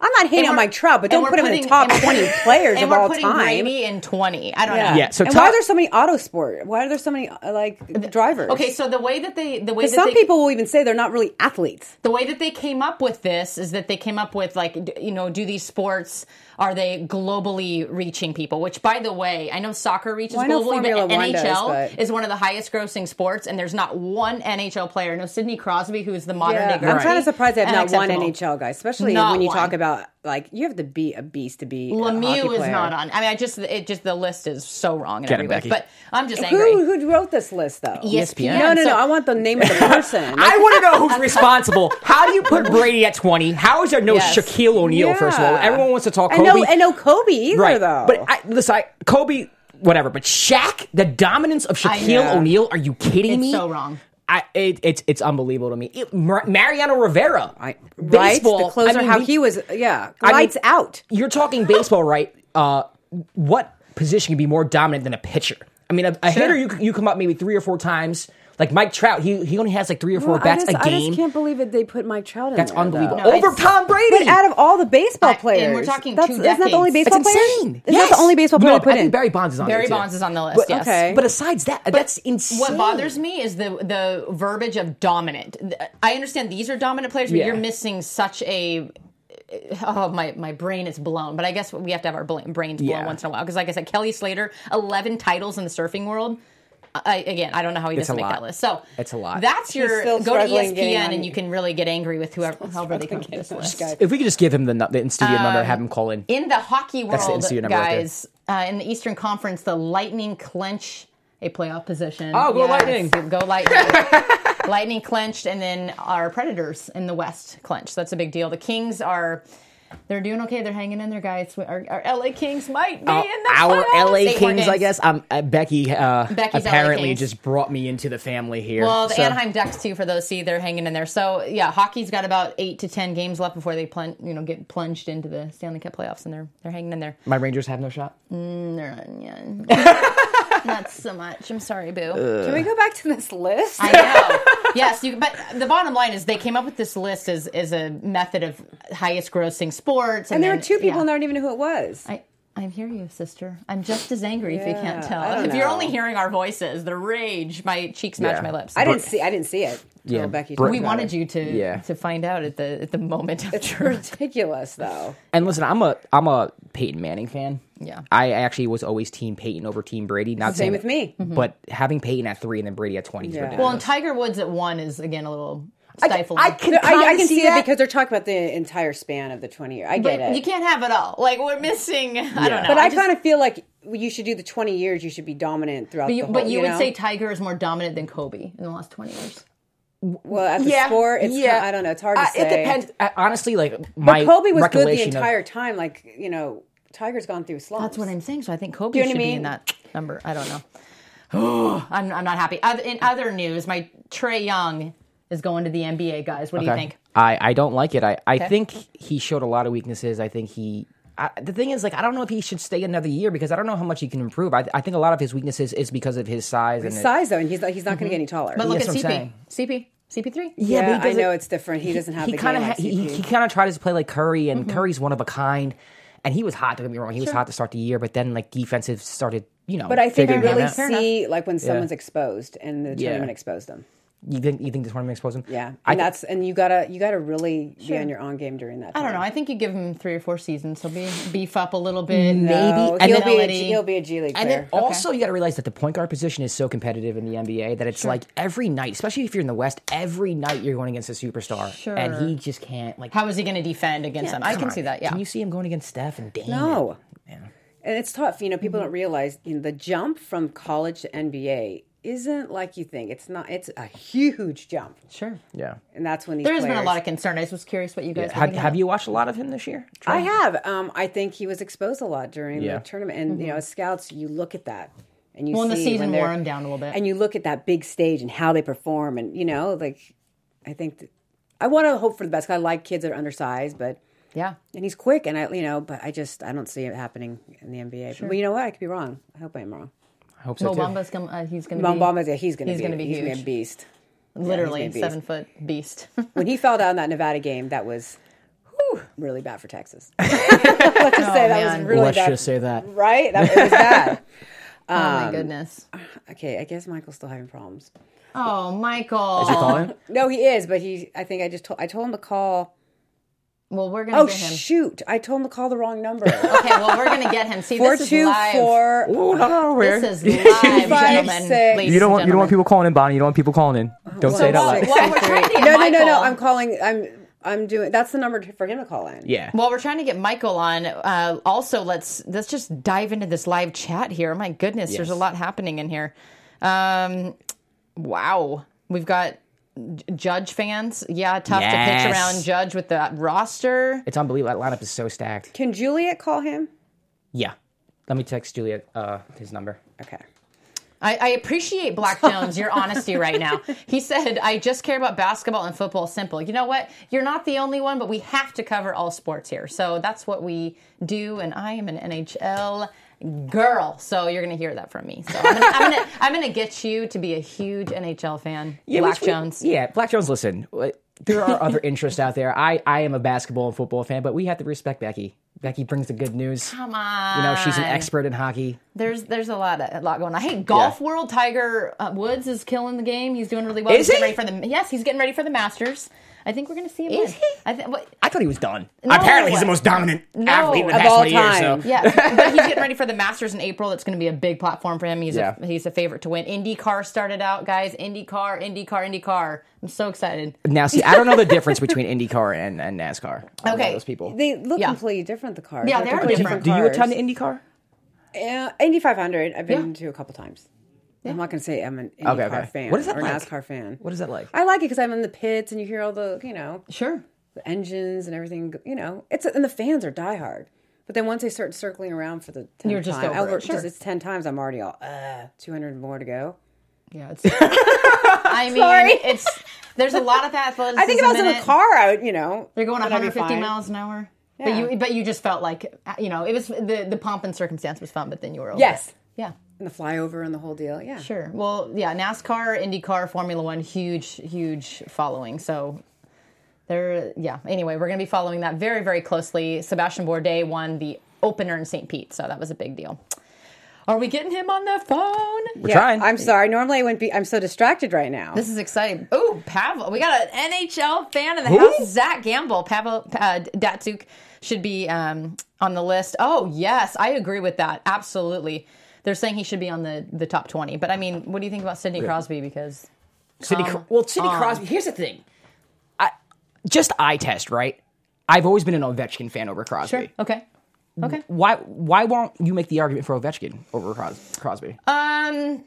Speaker 1: I'm not hating on
Speaker 4: we're-
Speaker 1: Mike Trout, but
Speaker 4: and
Speaker 1: don't
Speaker 4: we're
Speaker 1: put him in the
Speaker 4: putting-
Speaker 1: top
Speaker 4: and-
Speaker 1: 20 players
Speaker 4: and
Speaker 1: of
Speaker 4: we're
Speaker 1: all
Speaker 4: putting
Speaker 1: time.
Speaker 4: Brady in twenty. I don't know.
Speaker 3: Yeah, so
Speaker 1: and why
Speaker 3: top-
Speaker 1: are there so many auto sport? Why are there so many uh, like drivers?
Speaker 4: Okay, so the way that they the way that
Speaker 1: some
Speaker 4: they,
Speaker 1: people will even say they're not really athletes.
Speaker 4: the way that they came up with this is that they came up with like d- you know do these sports are they globally reaching people which by the way i know soccer reaches
Speaker 1: Well, I know
Speaker 4: globally
Speaker 1: Formula
Speaker 4: but
Speaker 1: One
Speaker 4: nhl
Speaker 1: does, but-
Speaker 4: is one of the highest grossing sports and there's not one nhl player no sidney crosby who is the modern day
Speaker 1: I'm
Speaker 4: Gretzky,
Speaker 1: kind of surprised they have not one
Speaker 4: unacceptable.
Speaker 1: NHL guy, especially
Speaker 4: Not
Speaker 1: when you
Speaker 4: one.
Speaker 1: talk about like you have to be a beast to be. a hockey
Speaker 4: lemieux is
Speaker 1: player.
Speaker 4: not on i mean i just it just the list is so wrong in
Speaker 3: Get
Speaker 4: every
Speaker 3: him,
Speaker 4: way
Speaker 3: Becky.
Speaker 4: but i'm just angry
Speaker 1: Who who wrote this list though?
Speaker 3: ESPN.
Speaker 1: No, no,
Speaker 4: So-
Speaker 1: no. I want the name of the person.
Speaker 3: I want to know who's responsible. How do you put Brady at 20? How is there no
Speaker 4: Yes.
Speaker 3: Shaquille O'Neal, first of all?
Speaker 1: Yeah.
Speaker 3: Everyone wants to talk
Speaker 1: and
Speaker 3: Kobe.
Speaker 1: no, and no Kobe either though.
Speaker 3: But I, listen, I, Kobe, whatever. But Shaq, the dominance of Shaquille
Speaker 1: know.
Speaker 3: O'Neal. Are you kidding
Speaker 4: It's
Speaker 3: me?
Speaker 4: so wrong.
Speaker 3: I, it, it's it's unbelievable to me. It- Mar- Mariano Rivera,
Speaker 1: I, right,
Speaker 3: baseball.
Speaker 1: the closer,
Speaker 3: I mean,
Speaker 1: how
Speaker 3: we-
Speaker 1: he was, yeah,
Speaker 3: I mean,
Speaker 1: lights out.
Speaker 3: You're talking baseball, right? Uh, what position can be more dominant than a pitcher? I mean, a, a hitter, you you come up maybe three or four times. Like Mike Trout, he he only has like three or four
Speaker 1: I
Speaker 3: bats
Speaker 1: just-
Speaker 3: a game.
Speaker 1: I just can't believe that they put Mike Trout in.
Speaker 3: That's
Speaker 1: there, though.
Speaker 3: unbelievable.
Speaker 4: No,
Speaker 3: Over
Speaker 4: it's-
Speaker 3: Tom Brady.
Speaker 1: But out of all the baseball
Speaker 4: I-
Speaker 1: players,
Speaker 4: and we're talking
Speaker 1: that's,
Speaker 4: two
Speaker 1: Isn't that the only
Speaker 4: decades.
Speaker 3: That's
Speaker 1: baseball player?
Speaker 3: insane.
Speaker 1: Isn't that
Speaker 3: Yes.
Speaker 1: the only baseball player
Speaker 3: no,
Speaker 1: I put
Speaker 3: I
Speaker 1: in?
Speaker 3: think Barry Bonds is on
Speaker 4: Barry
Speaker 3: there, too.
Speaker 4: Bonds is on the list,
Speaker 3: But,
Speaker 4: yes.
Speaker 1: Okay.
Speaker 3: But aside that, that's insane.
Speaker 4: What bothers me is the the verbiage of dominant. Th- I understand these are dominant players, but
Speaker 3: Yeah.
Speaker 4: you're missing such a. Oh my! My brain is blown, but I guess we have to have our bla- brains blown
Speaker 3: Yeah.
Speaker 4: once in a while. Because, like I said, Kelly Slater, eleven titles in the surfing world. I, again, I don't know how he
Speaker 3: It's
Speaker 4: doesn't
Speaker 3: a
Speaker 4: make that
Speaker 3: lot.
Speaker 4: list. So
Speaker 3: It's a lot.
Speaker 4: That's your
Speaker 1: still
Speaker 4: go to E
Speaker 1: struggling getting
Speaker 4: ESPN,
Speaker 1: on-
Speaker 4: and you can really get angry with whoever however they come up with this list.
Speaker 3: If we could just give him the, nu- the in studio number, have him call in.
Speaker 4: In the hockey
Speaker 3: That's the
Speaker 4: world,
Speaker 3: NCAA number right there.
Speaker 4: guys, uh, in the Eastern Conference, the Lightning clinch a playoff position.
Speaker 3: Oh, go Lightning.
Speaker 4: Go Lightning! Lightning clinched, and then our Predators in the West clinched. That's a big deal. The Kings are. They're doing okay. They're hanging in there, guys. Our, our LA Kings might be
Speaker 3: Uh,
Speaker 4: in the
Speaker 3: our
Speaker 4: playoffs.
Speaker 3: LA
Speaker 4: Eight more
Speaker 3: Kings,
Speaker 4: games.
Speaker 3: I guess. Um, uh, Becky uh,
Speaker 4: Becky's LA
Speaker 3: apparently
Speaker 4: Kings.
Speaker 3: just brought me into the family here.
Speaker 4: Well, the
Speaker 3: so-
Speaker 4: Anaheim Ducks too for those. See, they're hanging in there. So yeah, hockey's got about eight to ten games left before they plun- you know get plunged into the Stanley Cup playoffs, and they're they're hanging in there.
Speaker 3: My Rangers have no shot.
Speaker 4: They're onion. Not so much. I'm sorry, boo.
Speaker 1: Can we go back to this list?
Speaker 4: I know. yes, you, but the bottom line is they came up with this list as, as a method of highest grossing sports. And,
Speaker 1: and there were
Speaker 4: then-
Speaker 1: two people,
Speaker 4: yeah.
Speaker 1: and I don't even know who it was.
Speaker 4: I, I hear you, sister. I'm just as angry if you can't
Speaker 1: Yeah,
Speaker 4: tell.
Speaker 1: I don't
Speaker 4: If you're
Speaker 1: know.
Speaker 4: only hearing our voices, the rage, my cheeks match
Speaker 3: Yeah.
Speaker 4: my lips.
Speaker 1: I didn't see. I didn't see it.
Speaker 3: Yeah,
Speaker 1: Yeah, Becky.
Speaker 3: Brit-
Speaker 1: talked
Speaker 4: We
Speaker 1: about
Speaker 4: wanted
Speaker 1: it.
Speaker 4: you to
Speaker 3: Yeah.
Speaker 4: to find out at the at the moment of
Speaker 1: It's
Speaker 4: truth.
Speaker 1: ridiculous, though.
Speaker 3: And listen, I'm a I'm a Peyton Manning fan.
Speaker 4: Yeah.
Speaker 3: I actually was always Team Peyton over Team Brady. Not
Speaker 1: Same
Speaker 3: saying-
Speaker 1: with me.
Speaker 4: Mm-hmm.
Speaker 3: But having Peyton at three and then Brady at twenty is
Speaker 1: Yeah.
Speaker 3: ridiculous.
Speaker 4: Well, and Tiger Woods at one is again a little stifling.
Speaker 1: No, I, I
Speaker 3: kinda
Speaker 1: can see, it
Speaker 3: that.
Speaker 1: because they're talking about the entire span of the twenty year. I get
Speaker 4: but
Speaker 1: it.
Speaker 4: you can't have it all. Like we're missing. I
Speaker 3: Yeah.
Speaker 4: don't know.
Speaker 1: but I,
Speaker 4: just-
Speaker 1: kind of feel like you should do the twenty years. You should be dominant throughout.
Speaker 4: But you,
Speaker 1: the whole,
Speaker 4: but you, would
Speaker 1: know?
Speaker 4: say Tiger is more dominant than Kobe in the last 20 years.
Speaker 1: well at the sport. It's yeah. I don't know. It's hard to
Speaker 3: Uh,
Speaker 1: say.
Speaker 3: It depends. I, honestly, like my
Speaker 1: Kobe was good the
Speaker 3: recollection of-
Speaker 1: entire time. Like you know, Tiger's gone through slumps.
Speaker 4: That's what I'm saying. So I think Kobe
Speaker 1: You know
Speaker 4: should
Speaker 1: what I
Speaker 4: be in
Speaker 1: mean?
Speaker 4: that number. I don't know. I'm, I'm not happy. Other, in other news, my Trey Young is going to the NBA, guys. What do you
Speaker 3: Okay.
Speaker 4: think?
Speaker 3: I, I don't like it. I, I think he showed a lot of weaknesses. I think he. I, the thing is, like, I don't know if he should stay another year because I don't know how much he can improve. I, I think a lot of his weaknesses is because of his size and it-
Speaker 1: size though, and he's not, he's not going to get any taller.
Speaker 4: Mm-hmm. But look
Speaker 3: That's
Speaker 4: at
Speaker 3: what I'm
Speaker 4: CP. CP. CP3.
Speaker 3: Yeah, but he
Speaker 1: yeah, I
Speaker 3: doesn't-
Speaker 1: know it's different. He, doesn't have
Speaker 3: he
Speaker 1: the Mm-hmm.
Speaker 3: kind
Speaker 1: game.
Speaker 3: of
Speaker 1: like
Speaker 3: he,
Speaker 1: CP.
Speaker 3: he kind of tried to play like Curry, and Curry's one of a kind, and he was hot. Don't get me wrong, he was hot to start the year, but then like defensive started, you know.
Speaker 1: But I think you
Speaker 3: figuring
Speaker 1: really
Speaker 3: out.
Speaker 4: Fair enough.
Speaker 1: see like when someone's exposed and the tournament exposed them.
Speaker 3: you think you think the tournament exposed him?
Speaker 1: Yeah, and
Speaker 3: I think
Speaker 1: that's and you gotta you gotta really be on your on game during that. Time.
Speaker 4: I don't know. I think you give him three or four seasons. He'll be beef up a little bit.
Speaker 1: No,
Speaker 3: and
Speaker 1: Oh, he'll
Speaker 3: then-
Speaker 1: be a,
Speaker 4: Melody.
Speaker 1: G- he'll be a G League
Speaker 3: And
Speaker 1: player.
Speaker 3: then also, you got to realize that the point guard position is so competitive in the NBA that it's like every night, especially if you're in the West, every night you're going against a superstar,
Speaker 4: Sure.
Speaker 3: and he just can't. Like,
Speaker 4: How is he going to defend against them? I
Speaker 3: come
Speaker 4: can
Speaker 3: on.
Speaker 4: see that. Yeah.
Speaker 3: Can you see him going against Steph and Dame?
Speaker 1: no, Oh. and it's tough. You know, people don't realize you know, the jump from college to NBA isn't like you think. It's not. It's a huge jump,
Speaker 4: sure.
Speaker 3: Yeah.
Speaker 1: and that's when these
Speaker 4: There has been a
Speaker 1: players-
Speaker 4: lot of concern. I just was curious what you guys
Speaker 3: Have,
Speaker 4: think
Speaker 3: have you watched a lot of him this year?
Speaker 1: I
Speaker 3: Troy?
Speaker 1: have. Um, I think he was exposed a lot during
Speaker 3: Yeah.
Speaker 1: the tournament, and you know, as scouts, you look at that, and you
Speaker 4: Mm-hmm. Well, in the
Speaker 1: see when
Speaker 4: season
Speaker 1: they're-
Speaker 4: wore him down a little bit.
Speaker 1: and you look at that big stage and how they perform, and you know, like I think th- I want to hope for the best. 'cause I like kids that are undersized, but
Speaker 4: yeah.
Speaker 1: and he's quick, and I, you know, but I just I don't see it happening in the NBA. But you know what? I could be wrong. I hope I'm wrong.
Speaker 3: I hope so
Speaker 4: Mo
Speaker 3: too.
Speaker 4: Bamba's gonna, uh, he's going to be
Speaker 1: Bombama, yeah, he's going to
Speaker 4: he's
Speaker 1: be
Speaker 4: gonna be
Speaker 1: he's gonna
Speaker 4: huge.
Speaker 1: a beast.
Speaker 4: literally
Speaker 1: gonna be a beast.
Speaker 4: seven foot beast.
Speaker 1: When he fell down that Nevada game, that was really bad for Texas. Let's just say that
Speaker 4: Oh, man.
Speaker 1: was really
Speaker 5: Let's
Speaker 1: bad.
Speaker 5: just say that.
Speaker 1: Right? That was bad.
Speaker 4: oh my goodness.
Speaker 1: Um, okay, I guess Michael's still having problems.
Speaker 4: Oh, Michael.
Speaker 5: Is he calling?
Speaker 1: No, he is, but he. I think I just told. I told him to call.
Speaker 4: well, we're gonna
Speaker 1: Oh
Speaker 4: get him.
Speaker 1: shoot! I told him to call the wrong number.
Speaker 4: okay, well, we're gonna get him. See,
Speaker 1: Four
Speaker 4: this is
Speaker 1: two
Speaker 4: live.
Speaker 1: four.
Speaker 5: Oh, not
Speaker 4: This is live,
Speaker 1: Five,
Speaker 4: gentlemen.
Speaker 1: six.
Speaker 4: ladies
Speaker 5: You don't
Speaker 4: and
Speaker 5: want you don't want
Speaker 4: gentlemen.
Speaker 5: people calling in, Bonnie. You don't want people calling in. Don't say it out
Speaker 4: Well,
Speaker 5: loud.
Speaker 1: Six,
Speaker 4: well,
Speaker 1: six,
Speaker 4: we're trying to get
Speaker 1: No, no,
Speaker 4: Michael.
Speaker 1: no, no. I'm calling. I'm. I'm doing. That's the number for him to call in.
Speaker 5: Yeah.
Speaker 4: While we're trying to get Michael on, uh, also let's let's just dive into this live chat here. My goodness, there's a lot happening in here. Um, wow, we've got J- Judge fans. Yeah, tough to pitch
Speaker 3: Yes.
Speaker 4: around Judge with the roster.
Speaker 3: It's unbelievable. That lineup is so stacked.
Speaker 1: Can Juliet call him?
Speaker 3: Yeah. Let me text Julia uh, his number.
Speaker 1: Okay.
Speaker 4: I, I appreciate Black Jones, your honesty right now. He said, I just care about basketball and football simple. You know what? You're not the only one, but we have to cover all sports here. So that's what we do. And I am an NHL girl. So you're going to hear that from me. So I'm going to I'm gonna, I'm gonna get you to be a huge NHL fan, Black
Speaker 3: which we-
Speaker 4: Jones.
Speaker 3: yeah, Black Jones. Listen, uh, there are other interests out there. I, I am a basketball and football fan, but we have to respect Becky. Becky brings the good news.
Speaker 4: Come on.
Speaker 3: You know, she's an expert in hockey.
Speaker 4: There's there's a lot of, a lot going on. Hey, golf world Tiger uh, Woods is killing the game. He's doing really well.
Speaker 3: Is
Speaker 4: he's
Speaker 3: he?
Speaker 4: getting ready for the Yes, he's getting ready for the Masters. I think we're going to see him.
Speaker 3: Is
Speaker 4: win.
Speaker 3: he?
Speaker 4: I think what
Speaker 3: I thought he was done.
Speaker 4: No.
Speaker 3: Apparently, he's the most dominant athlete in the
Speaker 4: Of
Speaker 3: past
Speaker 1: all
Speaker 3: 20 years.
Speaker 1: time.
Speaker 3: So.
Speaker 4: Yeah, but he's getting ready for the Masters in April. It's going to be a big platform for him. He's
Speaker 3: Yeah.
Speaker 4: a, he's a favorite to win. IndyCar started out, guys. IndyCar, IndyCar, IndyCar. I'm so excited.
Speaker 3: Now, see, I don't know the difference between IndyCar and, and NASCAR. I don't know
Speaker 4: Okay.
Speaker 3: those people.
Speaker 1: They look
Speaker 4: Yeah.
Speaker 1: completely different. The cars.
Speaker 4: Yeah,
Speaker 1: They're
Speaker 4: they are
Speaker 1: completely
Speaker 4: different.
Speaker 3: Do you
Speaker 1: cars.
Speaker 3: attend IndyCar?
Speaker 1: Uh, Indy 500. I've been
Speaker 4: Yeah.
Speaker 1: to a couple times. I'm not going to say I'm an IndyCar
Speaker 3: Okay, okay.
Speaker 1: fan
Speaker 3: What is that
Speaker 1: or
Speaker 3: like?
Speaker 1: NASCAR fan.
Speaker 3: What is that like?
Speaker 1: I like it because I'm in the pits and you hear all the you know
Speaker 4: Sure.
Speaker 1: the engines and everything. You know, it's and the fans are diehard. But then once they start circling around for the 10th
Speaker 4: You're just
Speaker 1: time,
Speaker 4: over
Speaker 1: I'll-
Speaker 4: it, sure.
Speaker 1: just- it's ten times. I'm already all uh, two hundred more to go.
Speaker 4: Yeah. It's, I mean, it's there's a lot of athleticism.
Speaker 1: I think if I was in
Speaker 4: in
Speaker 1: a
Speaker 4: it.
Speaker 1: car, I would you know
Speaker 4: They're going
Speaker 1: then I'd be
Speaker 4: 150
Speaker 1: fine.
Speaker 4: miles an hour.
Speaker 1: Yeah.
Speaker 4: But you but you just felt like uh, you know it was the the pomp and circumstance was fun, but then you were over
Speaker 1: Yes,
Speaker 4: it. Yeah.
Speaker 1: and the flyover and the whole deal. Yeah,
Speaker 4: Sure. Well, yeah, NASCAR, IndyCar, Formula One, huge, huge following. So there, yeah. Anyway, we're going to be following that very, very closely. Sebastian Bourdais won the opener in St. Pete, so that was a big deal. Are we getting him on the phone?
Speaker 3: We're trying.
Speaker 1: I'm sorry. Normally I wouldn't be. I'm so distracted right now.
Speaker 4: This is exciting. Oh, Pavel. We got an NHL fan in the house, Zach Gamble. Pavel uh, Datsuk should be um, on the list. Oh, yes. I agree with that. Absolutely. They're saying he should be on the, the top 20. But I mean, what do you think about Sidney Crosby? Because.
Speaker 3: Sidney,
Speaker 1: Um,
Speaker 3: Cro- well, Sidney Crosby. Here's the thing, I just eye test, right? I've always been an Ovechkin fan over Crosby.
Speaker 4: Sure. Okay. Okay.
Speaker 1: Mm.
Speaker 3: Why? Why won't you make the argument for Ovechkin over Cros- Crosby?
Speaker 1: Uh,
Speaker 4: Um,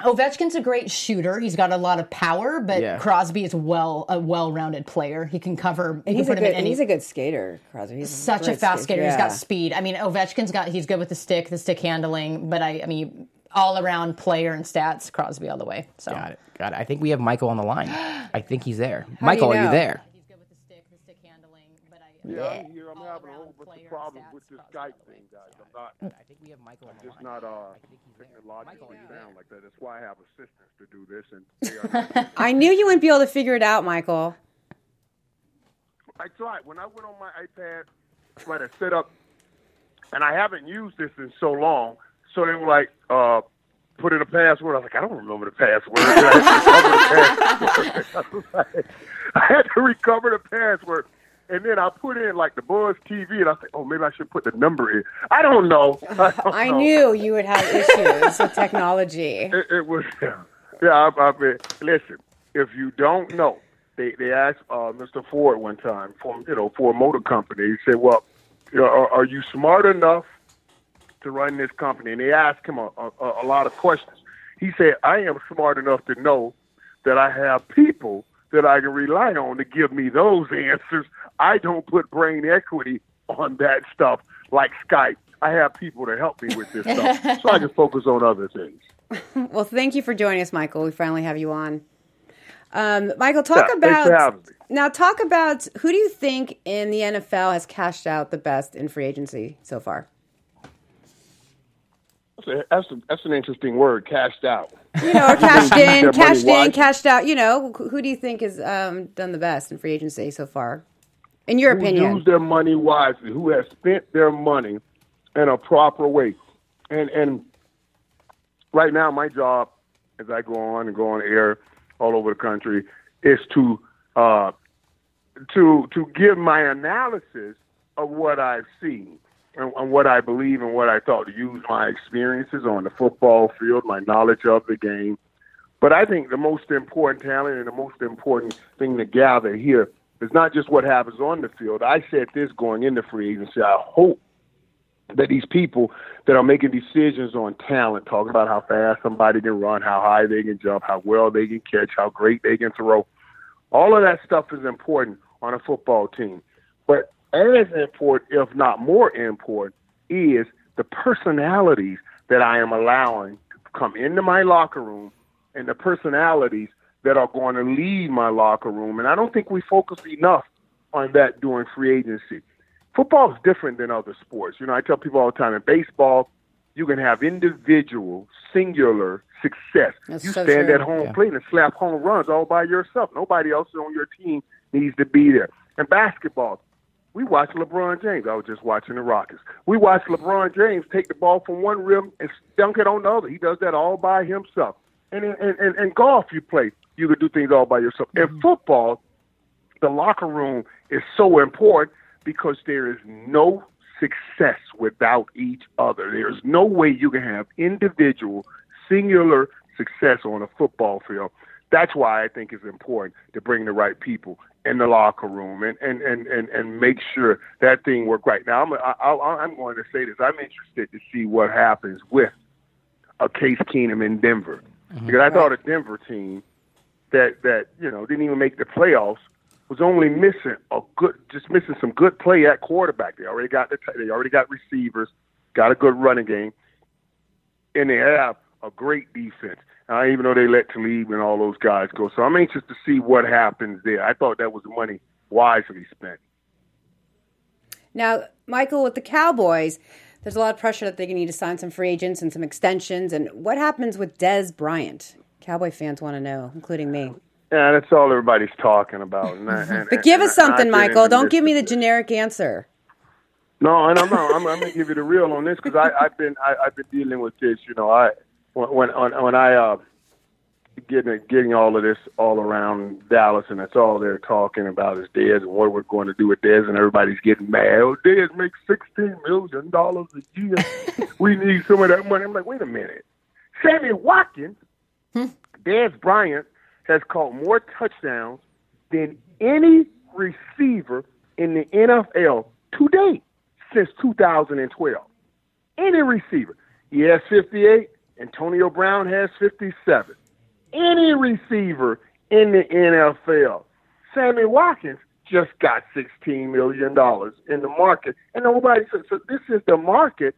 Speaker 4: Ovechkin's a great shooter. He's got a lot of power, but
Speaker 3: Yeah.
Speaker 4: Crosby is well a well-rounded player. He can cover. You
Speaker 1: he's
Speaker 4: can
Speaker 1: a
Speaker 4: put
Speaker 1: good.
Speaker 4: him in any.
Speaker 1: he's a good skater, Crosby. He's
Speaker 4: such a
Speaker 1: great
Speaker 4: fast skater. He's
Speaker 1: yeah.
Speaker 4: got speed. I mean, Ovechkin's got. He's good with the stick, the stick handling. But I, I mean, all-around player and stats. Crosby all the way. So.
Speaker 3: Got it. Got it. I think we have Michael on the line. I think he's there.
Speaker 1: do
Speaker 3: Michael,
Speaker 1: you
Speaker 3: are you
Speaker 1: know?
Speaker 3: there?
Speaker 4: He's good with the stick, the stick handling. But I.
Speaker 6: Yeah, I'm here. I'm having a whole bunch of problems with this Skype thing, guys. I'm not,
Speaker 3: I think we have Michael on the
Speaker 6: just not uh, technologically
Speaker 3: Michael,
Speaker 6: sound like that. That's why I have assistants to do this, and they are.
Speaker 1: I knew you wouldn't be able to figure it out, Michael.
Speaker 6: I tried when I went on my iPad, tried to set up, and I haven't used this in so long. So they were like, uh, put in a password. I was like, I don't remember the password. I, had to recover the password. I had to recover the password. And then I put in like the Buzz TV, and I was like, oh, maybe I should put the number in. I don't know. I, don't
Speaker 1: I
Speaker 6: know.
Speaker 1: knew you would have issues with technology.
Speaker 6: It, it was, yeah. I, I mean, listen, if you don't know, they they asked uh, Mr. Ford one time for you know for a motor company. He said, "Well, you know, are, are you smart enough to run this company?" And they asked him a, a, a lot of questions. He said, "I am smart enough to know that I have people that I can rely on to give me those answers. I don't put brain equity on that stuff like Skype. I have people to help me with this stuff, so I can focus on other things."
Speaker 1: Well, thank you for joining us, Michael. We finally have you on. Um, Michael, talk
Speaker 6: Yeah, thanks
Speaker 1: about
Speaker 6: for having me.
Speaker 1: now. Talk about who do you think in the NFL has cashed out the best in free agency so far?
Speaker 6: That's, a, that's, a, that's an interesting word, cashed out.
Speaker 1: You know, or cashed in,
Speaker 6: Everybody
Speaker 1: cashed in,
Speaker 6: watch.
Speaker 1: cashed out. You know, who do you think has um, done the best in free agency so far? In your
Speaker 6: who
Speaker 1: opinion.
Speaker 6: use their money wisely, who have spent their money in a proper way. And and right now my job as I go on and go on air all over the country is to uh, to to give my analysis of what I've seen and, and what I believe and what I thought to use my experiences on the football field, my knowledge of the game. But I think the most important talent and the most important thing to gather here is not just what happens on the field. I said this going into free agency. I hope that these people that are making decisions on talent, talking about how fast somebody can run, how high they can jump, how well they can catch, how great they can throw, all of that stuff is important on a football team. But as important, if not more important, is the personalities that I am allowing to come into my locker room and the personalities that are going to leave my locker room. And I don't think we focus enough on that during free agency. Football is different than other sports. You know, I tell people all the time in baseball, you can have individual, singular success.
Speaker 1: That's
Speaker 6: you
Speaker 1: so
Speaker 6: stand
Speaker 1: true.
Speaker 6: at home plate and slap home runs all by yourself. Nobody else on your team needs to be there. In basketball, we watch LeBron James. I was just watching the Rockets. We watch LeBron James take the ball from one rim and dunk it on the other. He does that all by himself. And in, in, in, in golf, you play, you can do things all by yourself. In
Speaker 1: Mm-hmm.
Speaker 6: football, the locker room is so important because there is no success without each other. There is no way you can have individual, singular success on a football field. That's why I think it's important to bring the right people in the locker room and and and and, and make sure that thing works right. Now I'm I, I, I'm going to say this. I'm interested to see what happens with a Case Keenum in Denver because I thought a Denver team that that you know didn't even make the playoffs was only missing a good, just missing some good play at quarterback. They already got the t- they already got receivers, got a good running game, and they have a great defense. I even though they let Talib and all those guys go, so I'm anxious to see what happens there. I thought that was money wisely spent.
Speaker 1: Now, Michael, with the Cowboys, there's a lot of pressure that they need to sign some free agents and some extensions. And what happens with Dez Bryant? Cowboy fans want to know, including me.
Speaker 6: Yeah, that's all everybody's talking about. And I, and,
Speaker 1: Mm-hmm. But give
Speaker 6: and
Speaker 1: us
Speaker 6: I- I
Speaker 1: something,
Speaker 6: didn't
Speaker 1: Michael. Don't
Speaker 6: miss
Speaker 1: give me the
Speaker 6: it.
Speaker 1: generic answer.
Speaker 6: No, and I'm not. I'm, I'm gonna give you the real on this because I I've been I, I've been dealing with this. You know, I when when on, when I uh getting getting all of this all around Dallas, and that's all they're talking about is Dez and what we're going to do with Dez, and everybody's getting mad. Oh, Dez makes sixteen million dollars a year. we need some of that money. I'm like, wait a minute, Sammy Watkins, Dez Bryant has caught more touchdowns than any receiver in the NFL to date since 2012 any receiver. He has 58. Antonio Brown has 57. Any receiver in the NFL. Sammy Watkins just got $16 million in the market. And nobody, so, so this is the market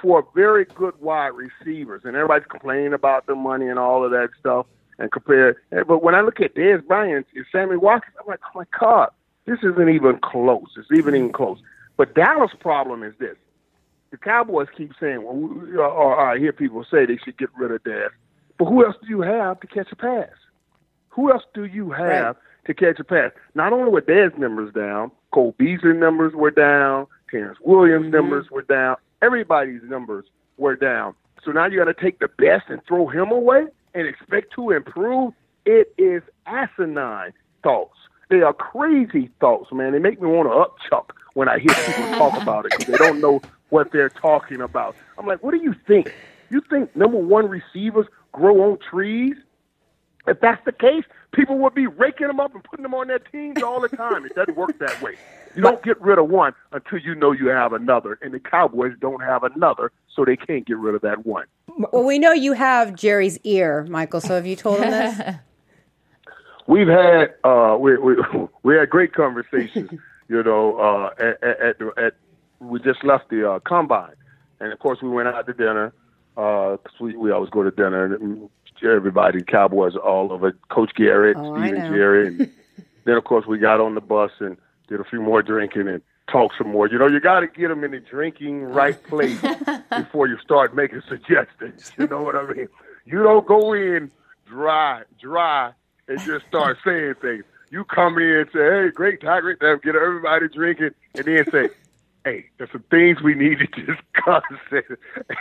Speaker 6: for very good wide receivers. And everybody's complaining about the money and all of that stuff. And compare, but when I look at Dez Bryant and Sammy Watkins, I'm like, oh my God, this isn't even close. It's even even close. But Dallas' problem is this: the Cowboys keep saying, well, we- or, or I hear people say they should get rid of Dez. But who else do you have to catch a pass? Who else do you have to catch a pass? Not only were Dez numbers down, Cole Beasley numbers were down, Terrence Williams numbers were down, everybody's numbers were down. So now you got to take the best and throw him away and expect to improve. It is asinine thoughts. They are crazy thoughts, man. They make me want to upchuck when I hear people talk about it. 'cause They don't know what they're talking about. I'm like, what do you think? You think number one receivers grow on trees? If that's the case, people would be raking them up and putting them on their teams all the time. It doesn't work that way. You don't get rid of one until you know you have another, and the Cowboys don't have another, so they can't get rid of that one.
Speaker 1: Well, we know you have Jerry's ear, Michael. So have you told him this?
Speaker 6: We've had uh, we, we we had great conversations, you know. Uh, at, at, at, the- at we just left the uh, combine, and of course we went out to dinner because we, we always go to dinner. and Everybody, Cowboys, are all over Coach Garrett,
Speaker 1: Oh, I
Speaker 6: Steven
Speaker 1: know.
Speaker 6: Jerry, and then of course we got on the bus and did a few more drinking and talked some more. You know, you got to get them in the drinking right place before you start making suggestions. You know what I mean? You don't go in dry, dry, and just start saying things. You come in and say, "Hey, great talk, great time," get everybody drinking, and then say, "Hey, there's some things we need to discuss."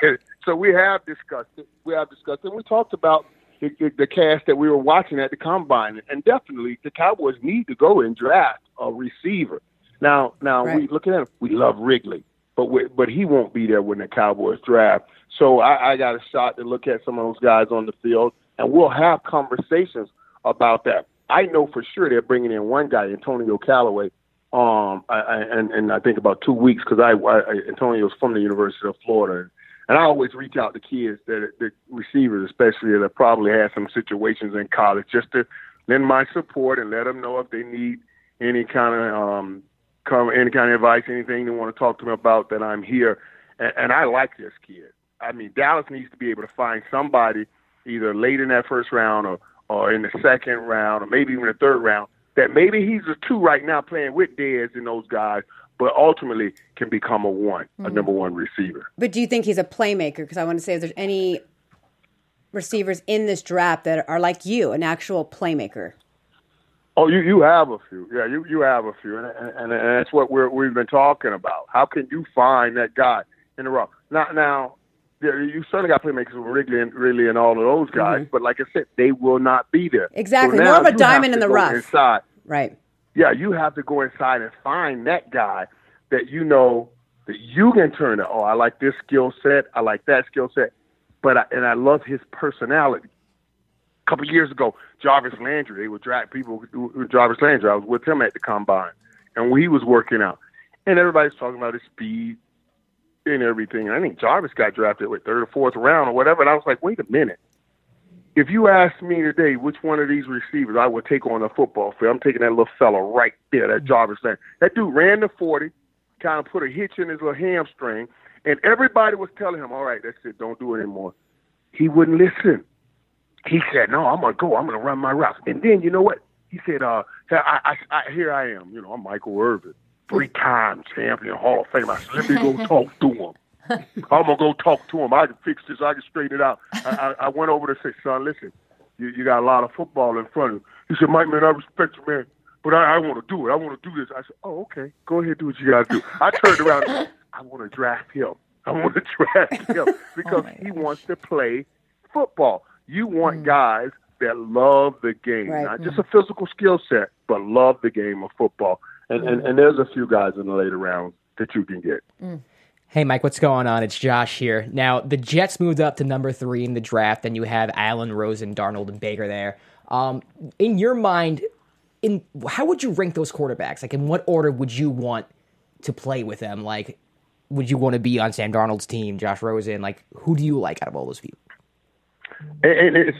Speaker 6: And so we have discussed it. We have discussed it. We talked about the, the, the cast that we were watching at the combine, and definitely the Cowboys need to go and draft a receiver. Now, now we
Speaker 1: Right.
Speaker 6: looking at him. We love Wrigley, but we, but he won't be there when the Cowboys draft. So I, I got a shot to look at some of those guys on the field, and we'll have conversations about that. I know for sure they're bringing in one guy, Antonio Callaway, um, I, I, and and I think about two weeks because I, I Antonio's from the University of Florida, and I always reach out to kids that the receivers, especially that probably had some situations in college, just to lend my support and let them know if they need any kind of um, come any kind of advice, anything they want to talk to me about, that I'm here. And, and I like this kid. I mean, Dallas needs to be able to find somebody either late in that first round or or in the second round or maybe even the third round that maybe he's a two right now playing with Dez and those guys, but ultimately can become a one, a number one receiver.
Speaker 1: But do you think he's a playmaker? Because I want to say if there's any receivers in this draft that are like you, an actual playmaker.
Speaker 6: Oh, you you have a few. Yeah, you you have a few, and and, and that's what we're we've been talking about. How can you find that guy in the rough? Now now, there- you certainly got playmakers with Wrigley and really and all of those guys, but like I said, they will not be there.
Speaker 1: Mm-hmm. Exactly.
Speaker 6: So
Speaker 1: More
Speaker 6: now
Speaker 1: of a
Speaker 6: you
Speaker 1: diamond
Speaker 6: have
Speaker 1: in
Speaker 6: to
Speaker 1: the
Speaker 6: go
Speaker 1: rough.
Speaker 6: Inside.
Speaker 1: Right.
Speaker 6: Yeah, you have to go inside and find that guy that you know that you can turn to. Oh, I like this skill set. I like that skill set, but I, and I love his personality couple years ago, Jarvis Landry. They would drag people. Jarvis Landry. I was with him at the combine, and we was working out, and everybody's talking about his speed and everything. And I think Jarvis got drafted with third or fourth round or whatever. And I was like, wait a minute. If you asked me today which one of these receivers I would take on the football field, I'm taking that little fella right there, that Jarvis Landry. That dude ran the 40, kind of put a hitch in his little hamstring, and everybody was telling him, all right, that's it, don't do it anymore. He wouldn't listen he said, "No, I'm gonna go. I'm gonna run my routes." And then you know what? He said, "Uh, I, I, I, here I am. You know, I'm Michael Irvin, three-time champion, Hall of Fame. I said, let me go talk to him. I'm gonna go talk to him. I can fix this. I can straighten it out." I, I, I went over to say, "Son, listen, you, you got a lot of football in front of you." He said, "Mike, man, I respect you, man." But I, I want to do it. I want to do this. I said, "Oh, okay. Go ahead, do what you got to do." I turned around. And said, I want to draft him. I want to draft him because he wants to play football. You want guys that love the game,
Speaker 1: Right.
Speaker 6: not just a physical skill set, but love the game of football. And, and and there's a few guys in the later rounds that you can get.
Speaker 3: Hey, Mike, what's going on? It's Josh here. Now, the Jets moved up to number three in the draft, and you have Allen, Rosen, Darnold, and Baker there. Um, in your mind, in how would you rank those quarterbacks? Like, in what order would you want to play with them? Like, would you want to be on Sam Darnold's team, Josh Rosen? Like, who do you like out of all those people?
Speaker 6: And, and it's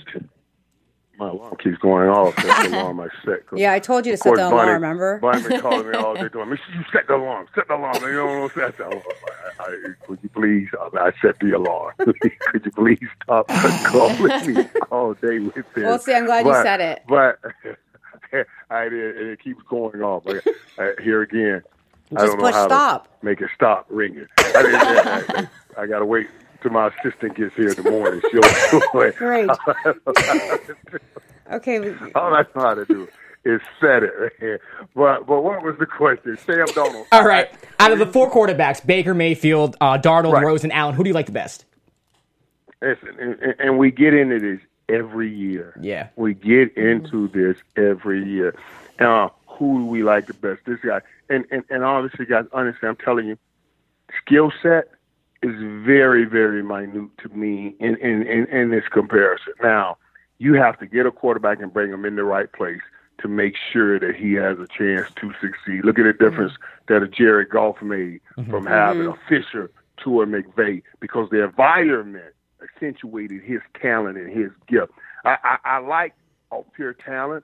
Speaker 6: my alarm keeps going off. That's the alarm I set.
Speaker 1: Yeah, I told you to
Speaker 6: Of
Speaker 1: set
Speaker 6: course,
Speaker 1: the alarm,
Speaker 6: Bonnie,
Speaker 1: remember?
Speaker 6: Bonnie been calling me all day, going, "Miss, you set the alarm, set the alarm. You don't know set the alarm." I, I, would you please? I, I set the alarm. Could you please stop calling me all day with this?
Speaker 1: Well, see, I'm glad you
Speaker 6: But-
Speaker 1: said it.
Speaker 6: But I did, and it keeps going on. But uh, here again, I
Speaker 1: Just
Speaker 6: don't know
Speaker 1: push
Speaker 6: how
Speaker 1: stop.
Speaker 6: to make it stop ringing. I, mean, I, I, I got to wait till my assistant gets here in the morning. She'll do it.
Speaker 1: Great. okay. we-
Speaker 6: All I know how to do is set it right here. But but what was the question? Sam Donald.
Speaker 3: All right, out of the four quarterbacks, Baker, Mayfield, uh, Darnold,
Speaker 6: Right.
Speaker 3: Rosen, Allen, who do you like the best?
Speaker 6: Listen, and, and we get into this every year.
Speaker 3: Yeah.
Speaker 6: we get into this every year. Uh, who do we like the best? This guy, and and and obviously, guys, honestly, I'm telling you, skill set is very very minute to me in in in, in this comparison. Now, you have to get a quarterback and bring him in the right place to make sure that he has a chance to succeed. Look at the difference that a Jared Goff made from having a Fisher to a McVay because the environment accentuated his talent and his gift. I, I, I like all pure talent.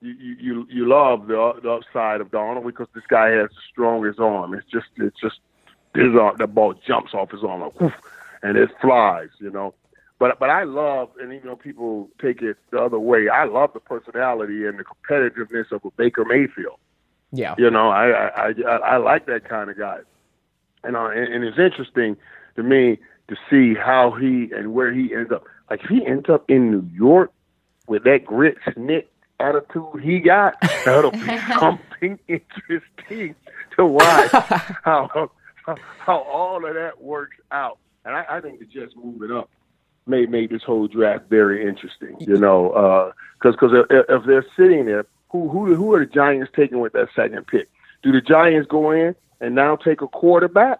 Speaker 6: You, you you you love the the upside of Donald because this guy has the strongest arm. It's just it's just his arm, the ball jumps off his arm like, woof, and it flies, you know. But but I love, and even though people take it the other way, I love the personality and the competitiveness of a Baker Mayfield.
Speaker 3: Yeah,
Speaker 6: You know, I I I, I like that kind of guy, and uh, and, and it's interesting to me to see how he and where he ends up. Like if he ends up in New York with that grit, snit, attitude he got, that'll be something interesting to watch how how all of that works out. And I, I think that just moving up made made this whole draft very interesting. You know, because cause if, if they're sitting there, who who who are the Giants taking with that second pick? Do the Giants go in and now take a quarterback,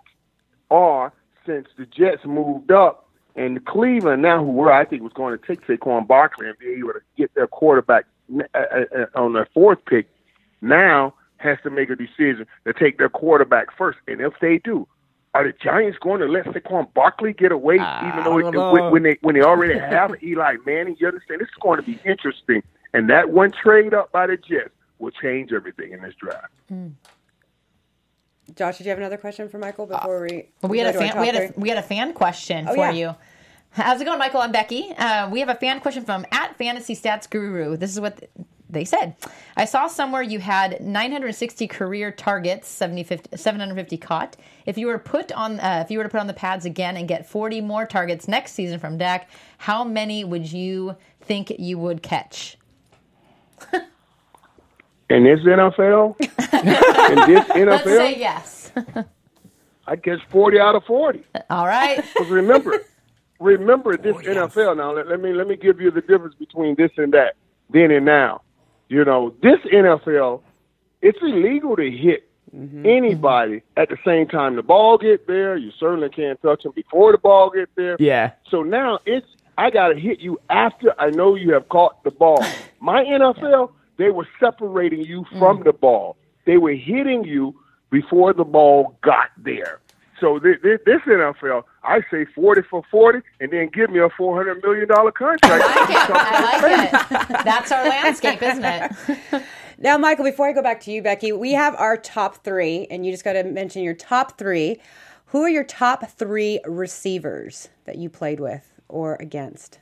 Speaker 6: or since the Jets moved up, and Cleveland now, who were I think was going to take Saquon Barkley and be able to get their quarterback uh, uh, on their fourth pick, now has to make a decision to take their quarterback first. And if they do, are the Giants going to let Saquon Barkley get away, even though it, when, when they when they already have Eli Manning? You understand? This is going to be interesting. And that one trade up by the Jets will change everything in this draft.
Speaker 1: Josh, did you have another question for Michael before we?
Speaker 4: Uh, We had a
Speaker 1: go to our
Speaker 4: fan. We
Speaker 1: top
Speaker 4: had a,
Speaker 1: three?
Speaker 4: we had a fan question for
Speaker 1: yeah.
Speaker 4: you. How's it going, Michael? I'm Becky. Uh, we have a fan question from at Fantasy Stats Guru. This is what they said. I saw somewhere you had 960 career targets, 70, 50 750 caught. If you were put on, uh, if you were to put on the pads again and get 40 more targets next season from Dak, how many would you think you would catch?
Speaker 6: In this NFL, in this
Speaker 4: Let's say
Speaker 6: NFL,
Speaker 4: yes.
Speaker 6: I guess forty out of forty.
Speaker 4: All right.
Speaker 6: Because remember, remember this NFL. Now let, let me let me give you the difference between this and that, then and now. You know, this NFL, it's illegal to hit anybody at the same time the ball get there. You certainly can't touch them before the ball get there.
Speaker 5: Yeah.
Speaker 6: So now it's I gotta hit you after I know you have caught the ball. My NFL, they were separating you from the ball. They were hitting you before the ball got there. So this, this NFL, I say forty for forty, and then give me a four hundred million dollar contract.
Speaker 4: I like it. I like it. That's our landscape, isn't it?
Speaker 1: Now, Michael, before I go back to you, Becky, we have our top three, and you just got to mention your top three. Who are your top three receivers that you played with or against?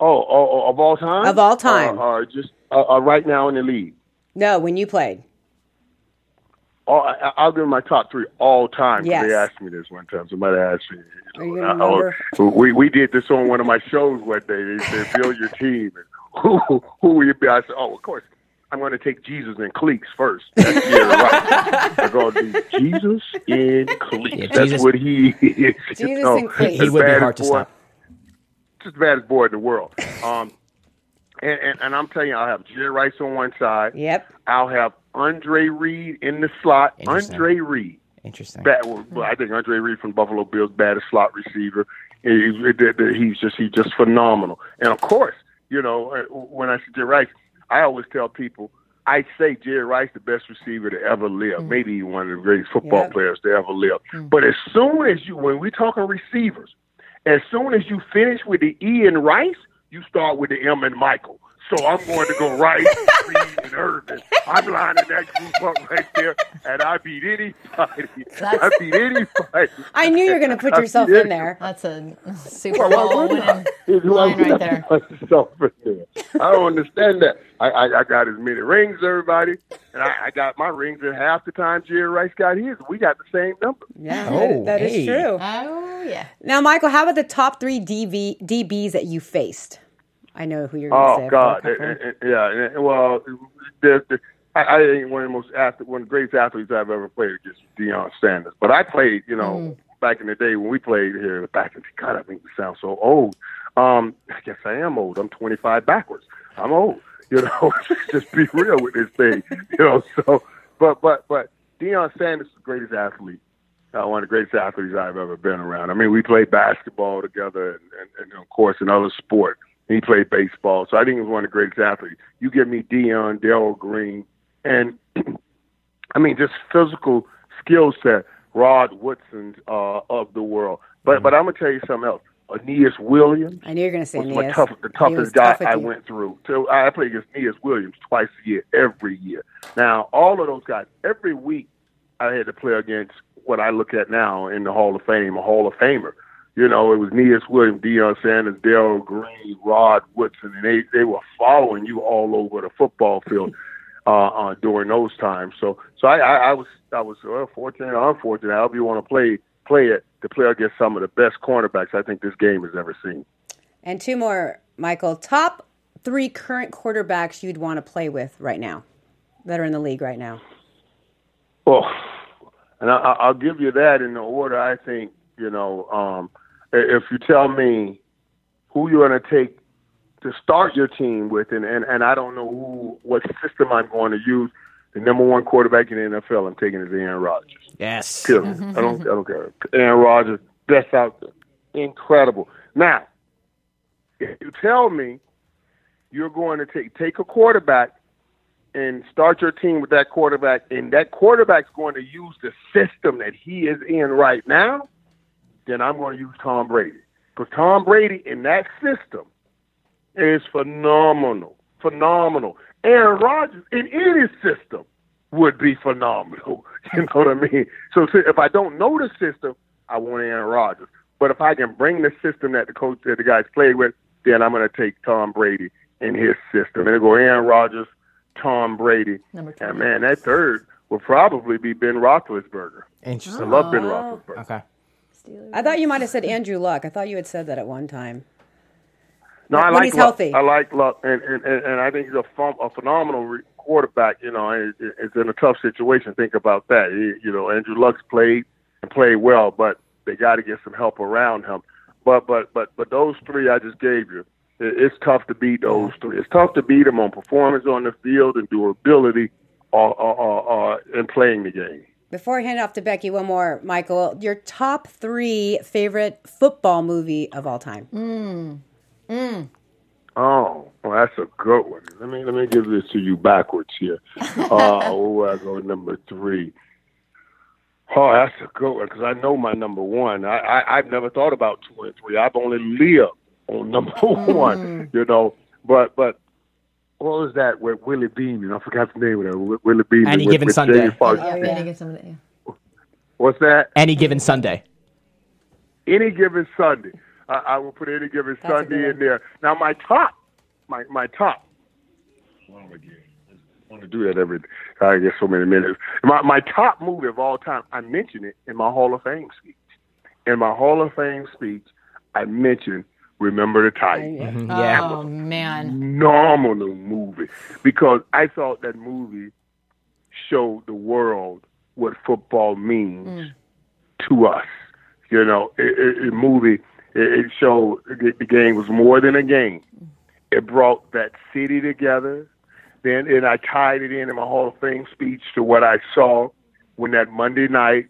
Speaker 6: oh, oh, oh, of all time,
Speaker 1: Of all time.
Speaker 6: uh, uh, just uh, uh, right now in the league.
Speaker 1: No, when you played.
Speaker 6: All, I, I'll give my top three all time. 'cause
Speaker 1: Yes.
Speaker 6: They asked me this one time. Somebody asked me.
Speaker 1: Are you
Speaker 6: know,
Speaker 1: gonna
Speaker 6: I- I-
Speaker 1: remember?
Speaker 6: we we did this on one of my shows one day. They said, "Build your team." And who who will you be? I said, "Oh, of course, I'm going to take Jesus and Cleeks first. That's yeah, right. They're going to be Jesus and Cleeks.
Speaker 3: Yeah,
Speaker 6: That's
Speaker 3: Jesus-
Speaker 6: what he is. you
Speaker 1: Jesus
Speaker 6: know.
Speaker 1: and Cleeks.
Speaker 6: As
Speaker 1: He
Speaker 3: would be
Speaker 6: bad
Speaker 3: hard
Speaker 6: as
Speaker 3: to
Speaker 6: boy-
Speaker 3: stop.
Speaker 6: Just the baddest boy in the world. Um, and, and and I'm telling you, I'll have Jerry Rice on one side.
Speaker 1: Yep.
Speaker 6: I'll have Andre Reed in the slot.
Speaker 3: Interesting.
Speaker 6: Andre Reed.
Speaker 3: Interesting.
Speaker 6: Bat, well, I think Andre Reed from Buffalo Bills, baddest slot receiver. He- he- He's just he's just phenomenal. And of course, you know uh, when I say Jerry Rice, I always tell people I say Jerry Rice the best receiver to ever live, maybe even one of the greatest football
Speaker 1: Yep.
Speaker 6: players to ever live. But as soon as you, when we're talking receivers, as soon as you finish with the E and Rice, you start with the M and Michael. So I'm going to go Rice, Reed, and Irvin. I'm lining that group up right there, and I beat anybody. I beat anybody.
Speaker 1: I knew you were going to put yourself in there.
Speaker 4: That's a Super Bowl winning
Speaker 6: It's
Speaker 4: line right
Speaker 6: like-
Speaker 4: there.
Speaker 6: myself in there. I don't understand that. I, I, I got as many rings, as everybody, and I, I got my rings at half the time Jerry Rice got his. We got the same number.
Speaker 1: Yeah,
Speaker 3: Oh,
Speaker 1: that- that is
Speaker 3: hey.
Speaker 1: true.
Speaker 4: Oh yeah.
Speaker 1: Now, Michael, how about the top three DV, DBs that you faced? I know who you're going to
Speaker 6: Oh
Speaker 1: say. I've got
Speaker 6: God,
Speaker 1: a couple.
Speaker 6: Eh, eh, eh, yeah. eh, eh, Well, the, the, I, I ain't one of the most athlete, one of the greatest athletes I've ever played against Deion Sanders. But I played, you know, back in the day when we played here. Back in God, I think we sound so old. Um, I guess I am old. I'm 25 backwards. I'm old. You know, just be real with this thing. You know, so but but but Deion Sanders is the greatest athlete uh, one of the greatest athletes I've ever been around. I mean, we played basketball together, and, and, and of course, another sport. He played baseball, so I think he was one of the greatest athletes. You give me Dion, Daryl Green, and I mean, just physical skill set, Rod Woodson uh, of the world. But but I'm gonna tell you something else. Aeneas Williams
Speaker 1: I knew you were going to say
Speaker 6: was my
Speaker 1: Aeneas.
Speaker 6: tough, the
Speaker 1: He was
Speaker 6: toughest guy
Speaker 1: tough with
Speaker 6: I
Speaker 1: you.
Speaker 6: went through. So I play against Neas Williams twice a year, every year. Now all of those guys, every week, I had to play against what I look at now in the Hall of Fame, a Hall of Famer. You know, it was Neas Williams, Deion Sanders, Daryl Green, Rod Woodson, and they they were following you all over the football field. uh, uh, during those times. So, so I, I, I was, I was well, fortunate or unfortunate, however you want to play, play it, to play against some of the best cornerbacks I think this game has ever seen.
Speaker 1: And two more, Michael. Top three current quarterbacks you'd want to play with right now that are in the league right now?
Speaker 6: Oh, and I, I- I'll give you that in the order. I think you know um, i- if you tell me who you're going to take to start your team with, and, and and I don't know who what system I'm going to use. The number one quarterback in the NFL, I'm taking is Aaron Rodgers.
Speaker 3: Yes.
Speaker 6: Kill him. I don't I don't care. Aaron Rodgers, best out there, incredible. Now, if you tell me you're going to take take a quarterback and start your team with that quarterback, and that quarterback's going to use the system that he is in right now, then I'm going to use Tom Brady. Because Tom Brady in that system is phenomenal. Phenomenal. Aaron Rodgers in any system would be phenomenal. You know what I mean? So so if I don't know the system, I want Aaron Rodgers. But if I can bring the system that the coach that the guys play with, then I'm going to take Tom Brady in his system. And go Aaron Rodgers, Tom Brady,
Speaker 4: Number two.
Speaker 6: and man, that third will probably be Ben Roethlisberger. I
Speaker 3: Interesting.
Speaker 6: love Ben Roethlisberger.
Speaker 3: Okay.
Speaker 1: I thought you might have said Andrew Luck. I thought you had said that at one time.
Speaker 6: No, I
Speaker 1: when
Speaker 6: like
Speaker 1: he's
Speaker 6: Luck.
Speaker 1: healthy.
Speaker 6: I like Luck, and and, and, and I think he's a, ph- a phenomenal re- quarterback. You know, and it, it's in a tough situation. Think about that. He, you know, Andrew Luck's played and played well, but they got to get some help around him. But but but but those three I just gave you, it, it's tough to beat those three. It's tough to beat them on performance on the field and durability, uh, or or, or, or uh, in playing the game.
Speaker 1: Before I hand it off to Becky, one more, Michael. Your top three favorite football movie of all time.
Speaker 6: Oh, well, that's a good one. Let me let me give this to you backwards here. Uh, where I go number three. Oh, that's a good one because I know my number one. I, I I've never thought about two and three. I've only lived on number one, you know. But but what was that with Willie Beeman? I forgot the name of that. Wi- Willie Beeman.
Speaker 3: Any
Speaker 6: with,
Speaker 3: Given
Speaker 6: with
Speaker 3: Sunday.
Speaker 6: Jamie
Speaker 1: Oh,
Speaker 6: Foxx.
Speaker 4: Yeah, Benny gives somebody. yeah.
Speaker 6: What's that?
Speaker 3: Any given Sunday.
Speaker 6: any given Sunday. I, I will put any given
Speaker 1: That's a good
Speaker 6: Sunday in
Speaker 1: one.
Speaker 6: there. Now my top, my my top. Well, I'm gonna get- I want to do that every. I get so many minutes. My my top movie of all time. I mentioned it in my Hall of Fame speech. In my Hall of Fame speech, I mentioned "Remember the Titans."
Speaker 3: Yeah.
Speaker 4: Oh man.
Speaker 6: phenomenal movie because I thought that movie showed the world what football means to us. You know, it, it, it movie it, it showed the, the game was more than a game. It brought that city together. Then and I tied it in in my Hall of Fame speech to what I saw when that Monday night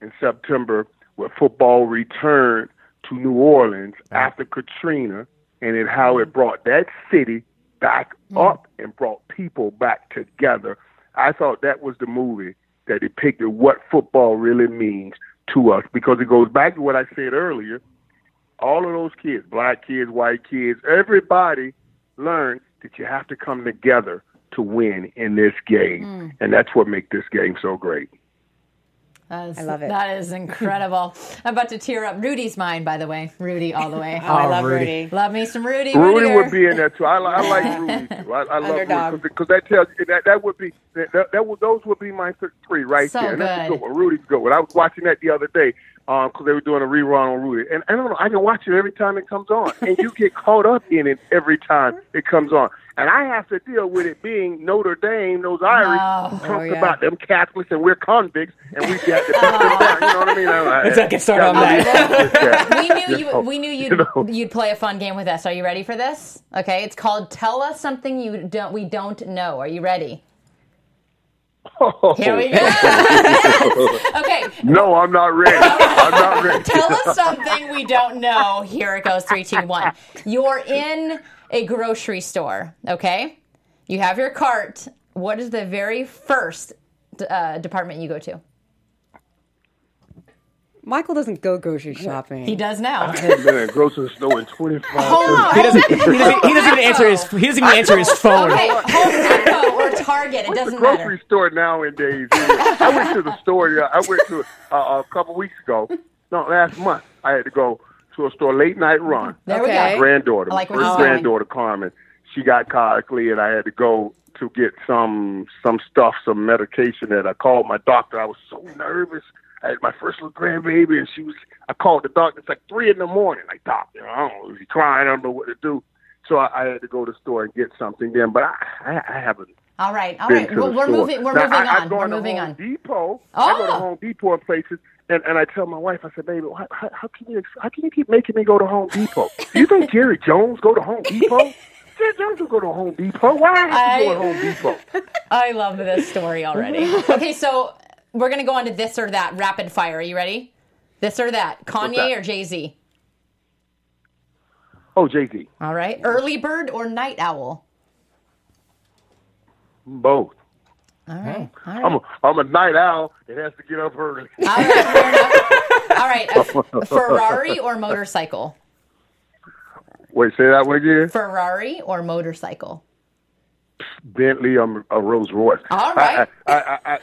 Speaker 6: in September where football returned to New Orleans after Katrina and in how it brought that city back up and brought people back together. I thought that was the movie that depicted what football really means to us because it goes back to what I said earlier. All of those kids, black kids, white kids, everybody learned that you have to come together to win in this game. And that's what makes this game so great.
Speaker 4: That is,
Speaker 1: I love it.
Speaker 4: That is incredible. I'm about to tear up. Rudy's mine, by the way. Rudy, all the way.
Speaker 1: Oh, I love
Speaker 3: Rudy.
Speaker 1: Rudy.
Speaker 4: Love me some Rudy.
Speaker 6: Rudy
Speaker 4: Rudiger.
Speaker 6: would be in there too. I, li- I like Rudy too. I, I love
Speaker 1: Underdog.
Speaker 6: Rudy because that tells you that that would be that, that, that would those would be my th- three right
Speaker 4: So
Speaker 6: there. And That's a
Speaker 4: good.
Speaker 6: good one. Rudy's a good one. I was watching that the other day because they were doing a rerun on Rudy, and I don't know. I can watch it every time it comes on, and you get caught up in it every time it comes on. And I have to deal with it being Notre Dame, those Irish who
Speaker 1: Oh,
Speaker 6: talks
Speaker 1: yeah.
Speaker 6: about them Catholics and we're convicts and we got to beat them down. You know what I mean? I'm like,
Speaker 3: Let's not get started on
Speaker 6: that.
Speaker 4: we knew you. We knew you'd,
Speaker 6: You know.
Speaker 4: you'd play a fun game with us. Are you ready for this? Okay, it's called "Tell Us Something You Don't We Don't Know." Are you ready? Here we
Speaker 6: Oh.
Speaker 4: go. okay,
Speaker 6: No, I'm not ready. I'm not ready.
Speaker 4: tell us something we don't know. Here it goes. Three, two, one. You're in a grocery store. Okay, you have your cart. What is the very first uh, department you go to?
Speaker 1: Michael doesn't go grocery shopping.
Speaker 4: He does now.
Speaker 6: haven't been at a grocery store in 25
Speaker 4: Home,
Speaker 3: He doesn't. He doesn't, he doesn't even answer his. He doesn't even answer his phone.
Speaker 4: okay, Home Depot or Target. It doesn't
Speaker 6: grocery
Speaker 4: matter.
Speaker 6: store nowadays. is- I went to the store. yeah, I went to uh, a couple weeks ago. No, last month. I had to go to a store late night run.
Speaker 4: There we go.
Speaker 1: Okay.
Speaker 6: granddaughter,
Speaker 4: I like
Speaker 6: my
Speaker 4: where
Speaker 6: first
Speaker 4: she's going.
Speaker 6: granddaughter Carmen, she got colicky, and I had to go to get some some stuff, some medication that I called my doctor. I was so nervous. I had my first little grandbaby, and she was. I called the doctor. It's like three in the morning. Like doc, you know, I don't know, is he crying? I don't know what to do. So I, I had to go to the store and get something then. But I, I, I haven't
Speaker 4: All right, all
Speaker 6: been
Speaker 4: right.
Speaker 6: to
Speaker 4: Well,
Speaker 6: the
Speaker 4: we're
Speaker 6: store.
Speaker 4: moving. We're
Speaker 6: Now,
Speaker 4: moving
Speaker 6: I, I've
Speaker 4: on.
Speaker 6: gone
Speaker 4: We're
Speaker 6: to
Speaker 4: moving
Speaker 6: Home
Speaker 4: on.
Speaker 6: Depot. I go to
Speaker 4: Oh.
Speaker 6: Home Depot and places, and, and I tell my wife, I said, baby, why, how, how can you ex- how can you keep making me go to Home Depot? Do you think Jerry Jones go to Home Depot? Jerry Jones don't go to Home Depot. Why I have to go
Speaker 4: I-
Speaker 6: to Home Depot?
Speaker 4: I love this story already. okay, so we're gonna go on to this or that rapid fire. Are you ready? This or that, Kanye
Speaker 6: that?
Speaker 4: or Jay Z?
Speaker 6: Oh, Jay Z,
Speaker 4: All right, early bird or night owl?
Speaker 6: both.
Speaker 4: All right, all right.
Speaker 6: I'm a, I'm a night owl that has to get up early.
Speaker 4: All right, fair enough. All right, a f- Ferrari or motorcycle?
Speaker 6: Wait, say that one again.
Speaker 4: Ferrari or motorcycle?
Speaker 6: Bentley, I'm a Rolls Royce.
Speaker 4: All right.
Speaker 6: I, I, I, I,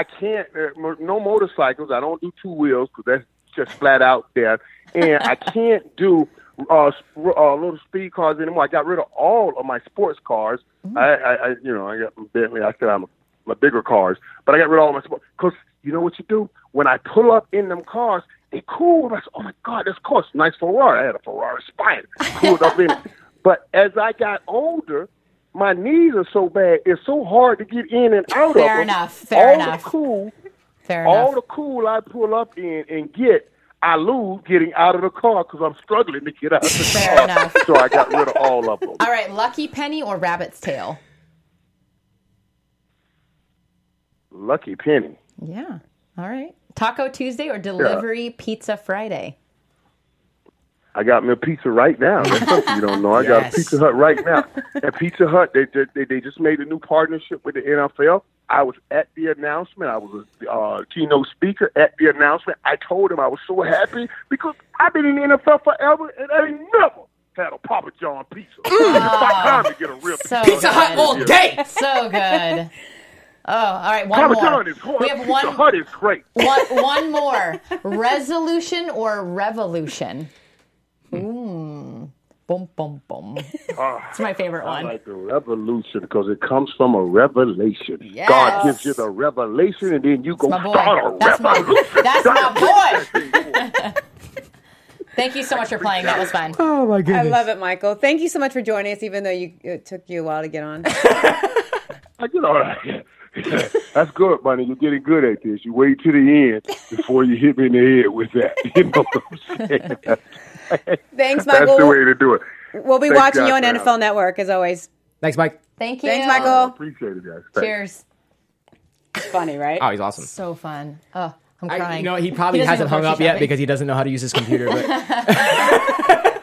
Speaker 6: I can't, uh, mo- no motorcycles. I don't do two wheels because that's just flat out there. And I can't do uh, sp- uh, little speed cars anymore. I got rid of all of my sports cars.
Speaker 4: Mm-hmm.
Speaker 6: I, I, I, you know, I got my Bentley. I said I'm my bigger cars, but I got rid of all my sports. Because you know what you do? When I pull up in them cars, they cool. I said, oh my God, this car's nice Ferrari. I had a Ferrari Spider. Cooled up in it. But as I got older, my knees are so bad. It's so hard to get in and out of
Speaker 4: Fair
Speaker 6: them.
Speaker 4: enough, fair
Speaker 6: all
Speaker 4: enough.
Speaker 6: The cool,
Speaker 4: Fair
Speaker 6: all
Speaker 4: enough.
Speaker 6: the cool I pull up in and get, I lose getting out of the car because I'm struggling to get out. Of the
Speaker 4: Fair
Speaker 6: car.
Speaker 4: enough.
Speaker 6: So I got rid of all of them.
Speaker 4: All right, lucky penny or rabbit's tail?
Speaker 6: Lucky penny.
Speaker 4: Yeah. All right. Taco Tuesday or delivery pizza Friday?
Speaker 6: I got me a pizza right now. That's something you don't know. I got
Speaker 3: Yes.
Speaker 6: a Pizza Hut right now. At Pizza Hut, they, they- they they just made a new partnership with the NFL. I was at the announcement. I was a uh, keynote speaker at the announcement. I told him I was so happy because I've been in the NFL forever and I ain't never had a Papa John pizza. It's about time to get a real
Speaker 4: Oh. So
Speaker 6: pizza.
Speaker 4: Pizza Hut all day. So good. Oh, all right. One
Speaker 6: Papa
Speaker 4: more.
Speaker 6: John is horrible.
Speaker 4: we have
Speaker 6: pizza
Speaker 4: one,
Speaker 6: Hut is great.
Speaker 4: one, one more. Resolution or revolution?
Speaker 6: Hmm.
Speaker 4: Mm. Boom, boom, boom.
Speaker 6: Ah.
Speaker 4: it's my favorite
Speaker 6: I
Speaker 4: one.
Speaker 6: like the revolution because it comes from a revelation.
Speaker 4: Yes.
Speaker 6: God gives you the revelation, and then you go
Speaker 4: my boy.
Speaker 6: start a
Speaker 4: That's my-
Speaker 6: revolution.
Speaker 4: that's my
Speaker 6: boy.
Speaker 4: Thank you so much for playing. That was fun.
Speaker 5: Oh my
Speaker 1: I
Speaker 5: goodness.
Speaker 1: love it, Michael. Thank you so much for joining us, even though you it took you a while to get on.
Speaker 6: I get all right. that's good, buddy. You're getting good at this. You wait to the end before you hit me in the head with that. You know what I'm saying?
Speaker 1: Thanks,
Speaker 6: That's the
Speaker 1: Michael.
Speaker 6: way to do it.
Speaker 1: We'll be
Speaker 6: Thanks,
Speaker 1: watching you on
Speaker 6: Josh, man.
Speaker 1: NFL Network as always.
Speaker 3: Thanks, Mike.
Speaker 4: Thank you.
Speaker 1: Thanks,
Speaker 6: I
Speaker 1: Michael.
Speaker 6: appreciate it, guys. Thanks.
Speaker 4: Cheers.
Speaker 1: Funny, right?
Speaker 3: Oh, he's awesome.
Speaker 4: So fun. Oh, I'm crying.
Speaker 3: I, you know, he probably
Speaker 4: doesn't
Speaker 3: hasn't
Speaker 4: even
Speaker 3: hung up
Speaker 4: grocery
Speaker 3: yet
Speaker 4: shopping.
Speaker 3: because he doesn't know how to use his computer. But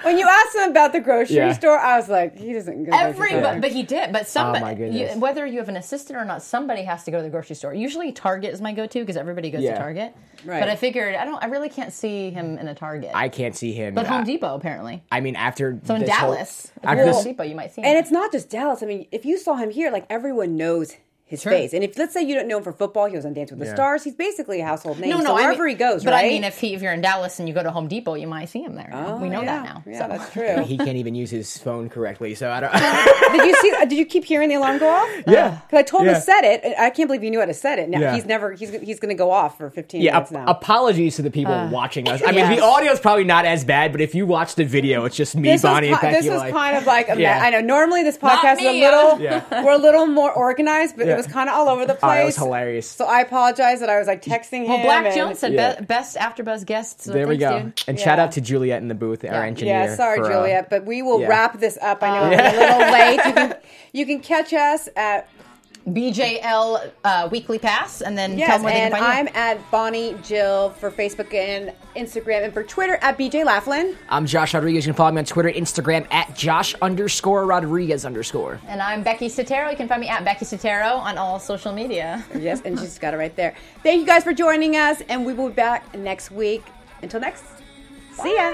Speaker 1: When you asked him about the grocery
Speaker 3: Yeah.
Speaker 1: store, I was like, he doesn't go.
Speaker 4: Every,
Speaker 1: grocery
Speaker 4: but,
Speaker 1: shopping.
Speaker 4: but he did. But somebody,
Speaker 3: Oh, my
Speaker 4: you,
Speaker 3: goodness.
Speaker 4: whether you have an assistant or not, somebody has to go to the grocery store. Usually, Target is my go-to because everybody goes
Speaker 3: Yeah.
Speaker 4: to Target.
Speaker 1: Right.
Speaker 4: But I figured I don't. I really can't see him in a Target.
Speaker 3: I can't see him.
Speaker 4: but Home
Speaker 3: I,
Speaker 4: Depot apparently.
Speaker 3: I mean, after
Speaker 4: So in
Speaker 3: this whole-
Speaker 4: Dallas, if
Speaker 3: after
Speaker 4: you're at
Speaker 3: this-
Speaker 4: Home Depot, you might see him.
Speaker 1: and it's not just Dallas. I mean, if you saw him here, like everyone knows his face. And if let's say you don't know him for football, he was on Dance with the Stars. He's basically a household name.
Speaker 4: no, no,
Speaker 1: so
Speaker 4: I
Speaker 1: wherever
Speaker 4: mean,
Speaker 1: he goes,
Speaker 4: But
Speaker 1: right? Oh,
Speaker 4: I mean, if he, if you're in Dallas and you go to Home Depot, you might see him there. we know that now.
Speaker 1: Yeah,
Speaker 4: So-
Speaker 1: that's true.
Speaker 3: he can't even use his phone correctly. So I don't.
Speaker 1: did you see? uh, Did you keep hearing the alarm go off?
Speaker 3: Yeah.
Speaker 1: Because I told him
Speaker 3: Yeah.
Speaker 1: to set it. and I can't believe you knew how to set it. Now
Speaker 3: Yeah.
Speaker 1: he's never. He's he's going to go off for 15
Speaker 3: yeah,
Speaker 1: minutes
Speaker 3: ap-
Speaker 1: now.
Speaker 3: apologies to the people watching us. I mean,
Speaker 4: Yes.
Speaker 3: the audio's probably not as bad, but if you watch the video, it's just me,
Speaker 1: this was,
Speaker 3: Bonnie,
Speaker 1: ki-
Speaker 3: and Becky.
Speaker 1: this was
Speaker 3: like,
Speaker 1: kind of like a me-
Speaker 3: Yeah.
Speaker 1: I know normally this podcast is a
Speaker 4: me,
Speaker 1: little
Speaker 3: Yeah.
Speaker 1: we're a little more organized, but it
Speaker 3: Yeah.
Speaker 1: was kind of all over the
Speaker 3: Oh,
Speaker 1: place.
Speaker 3: it was hilarious.
Speaker 1: So I apologize that I was like texting
Speaker 4: well,
Speaker 1: him.
Speaker 4: Black
Speaker 1: and-
Speaker 4: Jones said
Speaker 3: Yeah.
Speaker 4: be- best after buzz guests. So
Speaker 3: there we go.
Speaker 4: thanks, dude.
Speaker 3: And shout
Speaker 1: Yeah.
Speaker 3: out to Juliet in the booth, our engineer.
Speaker 1: Yeah, sorry,
Speaker 3: for, uh,
Speaker 1: Juliet, but we will
Speaker 3: yeah.
Speaker 1: wrap this up.
Speaker 4: Oh.
Speaker 1: I know we're a little late. You can, you can catch us at
Speaker 4: BJL uh, Weekly Pass, and then tell
Speaker 1: yes,
Speaker 4: them where they
Speaker 1: and
Speaker 4: can find you.
Speaker 1: I'm at Bonnie Jill for Facebook and Instagram, and for Twitter at BJ Laughlin.
Speaker 3: I'm Josh Rodriguez. You can follow me on Twitter, Instagram at Josh underscore Rodriguez underscore.
Speaker 4: And I'm Becky Sotero. You can find me at Becky Sotero on all social media.
Speaker 1: Yes, and she's got it right there. Thank you guys for joining us, and we will be back next week. Until next, see ya.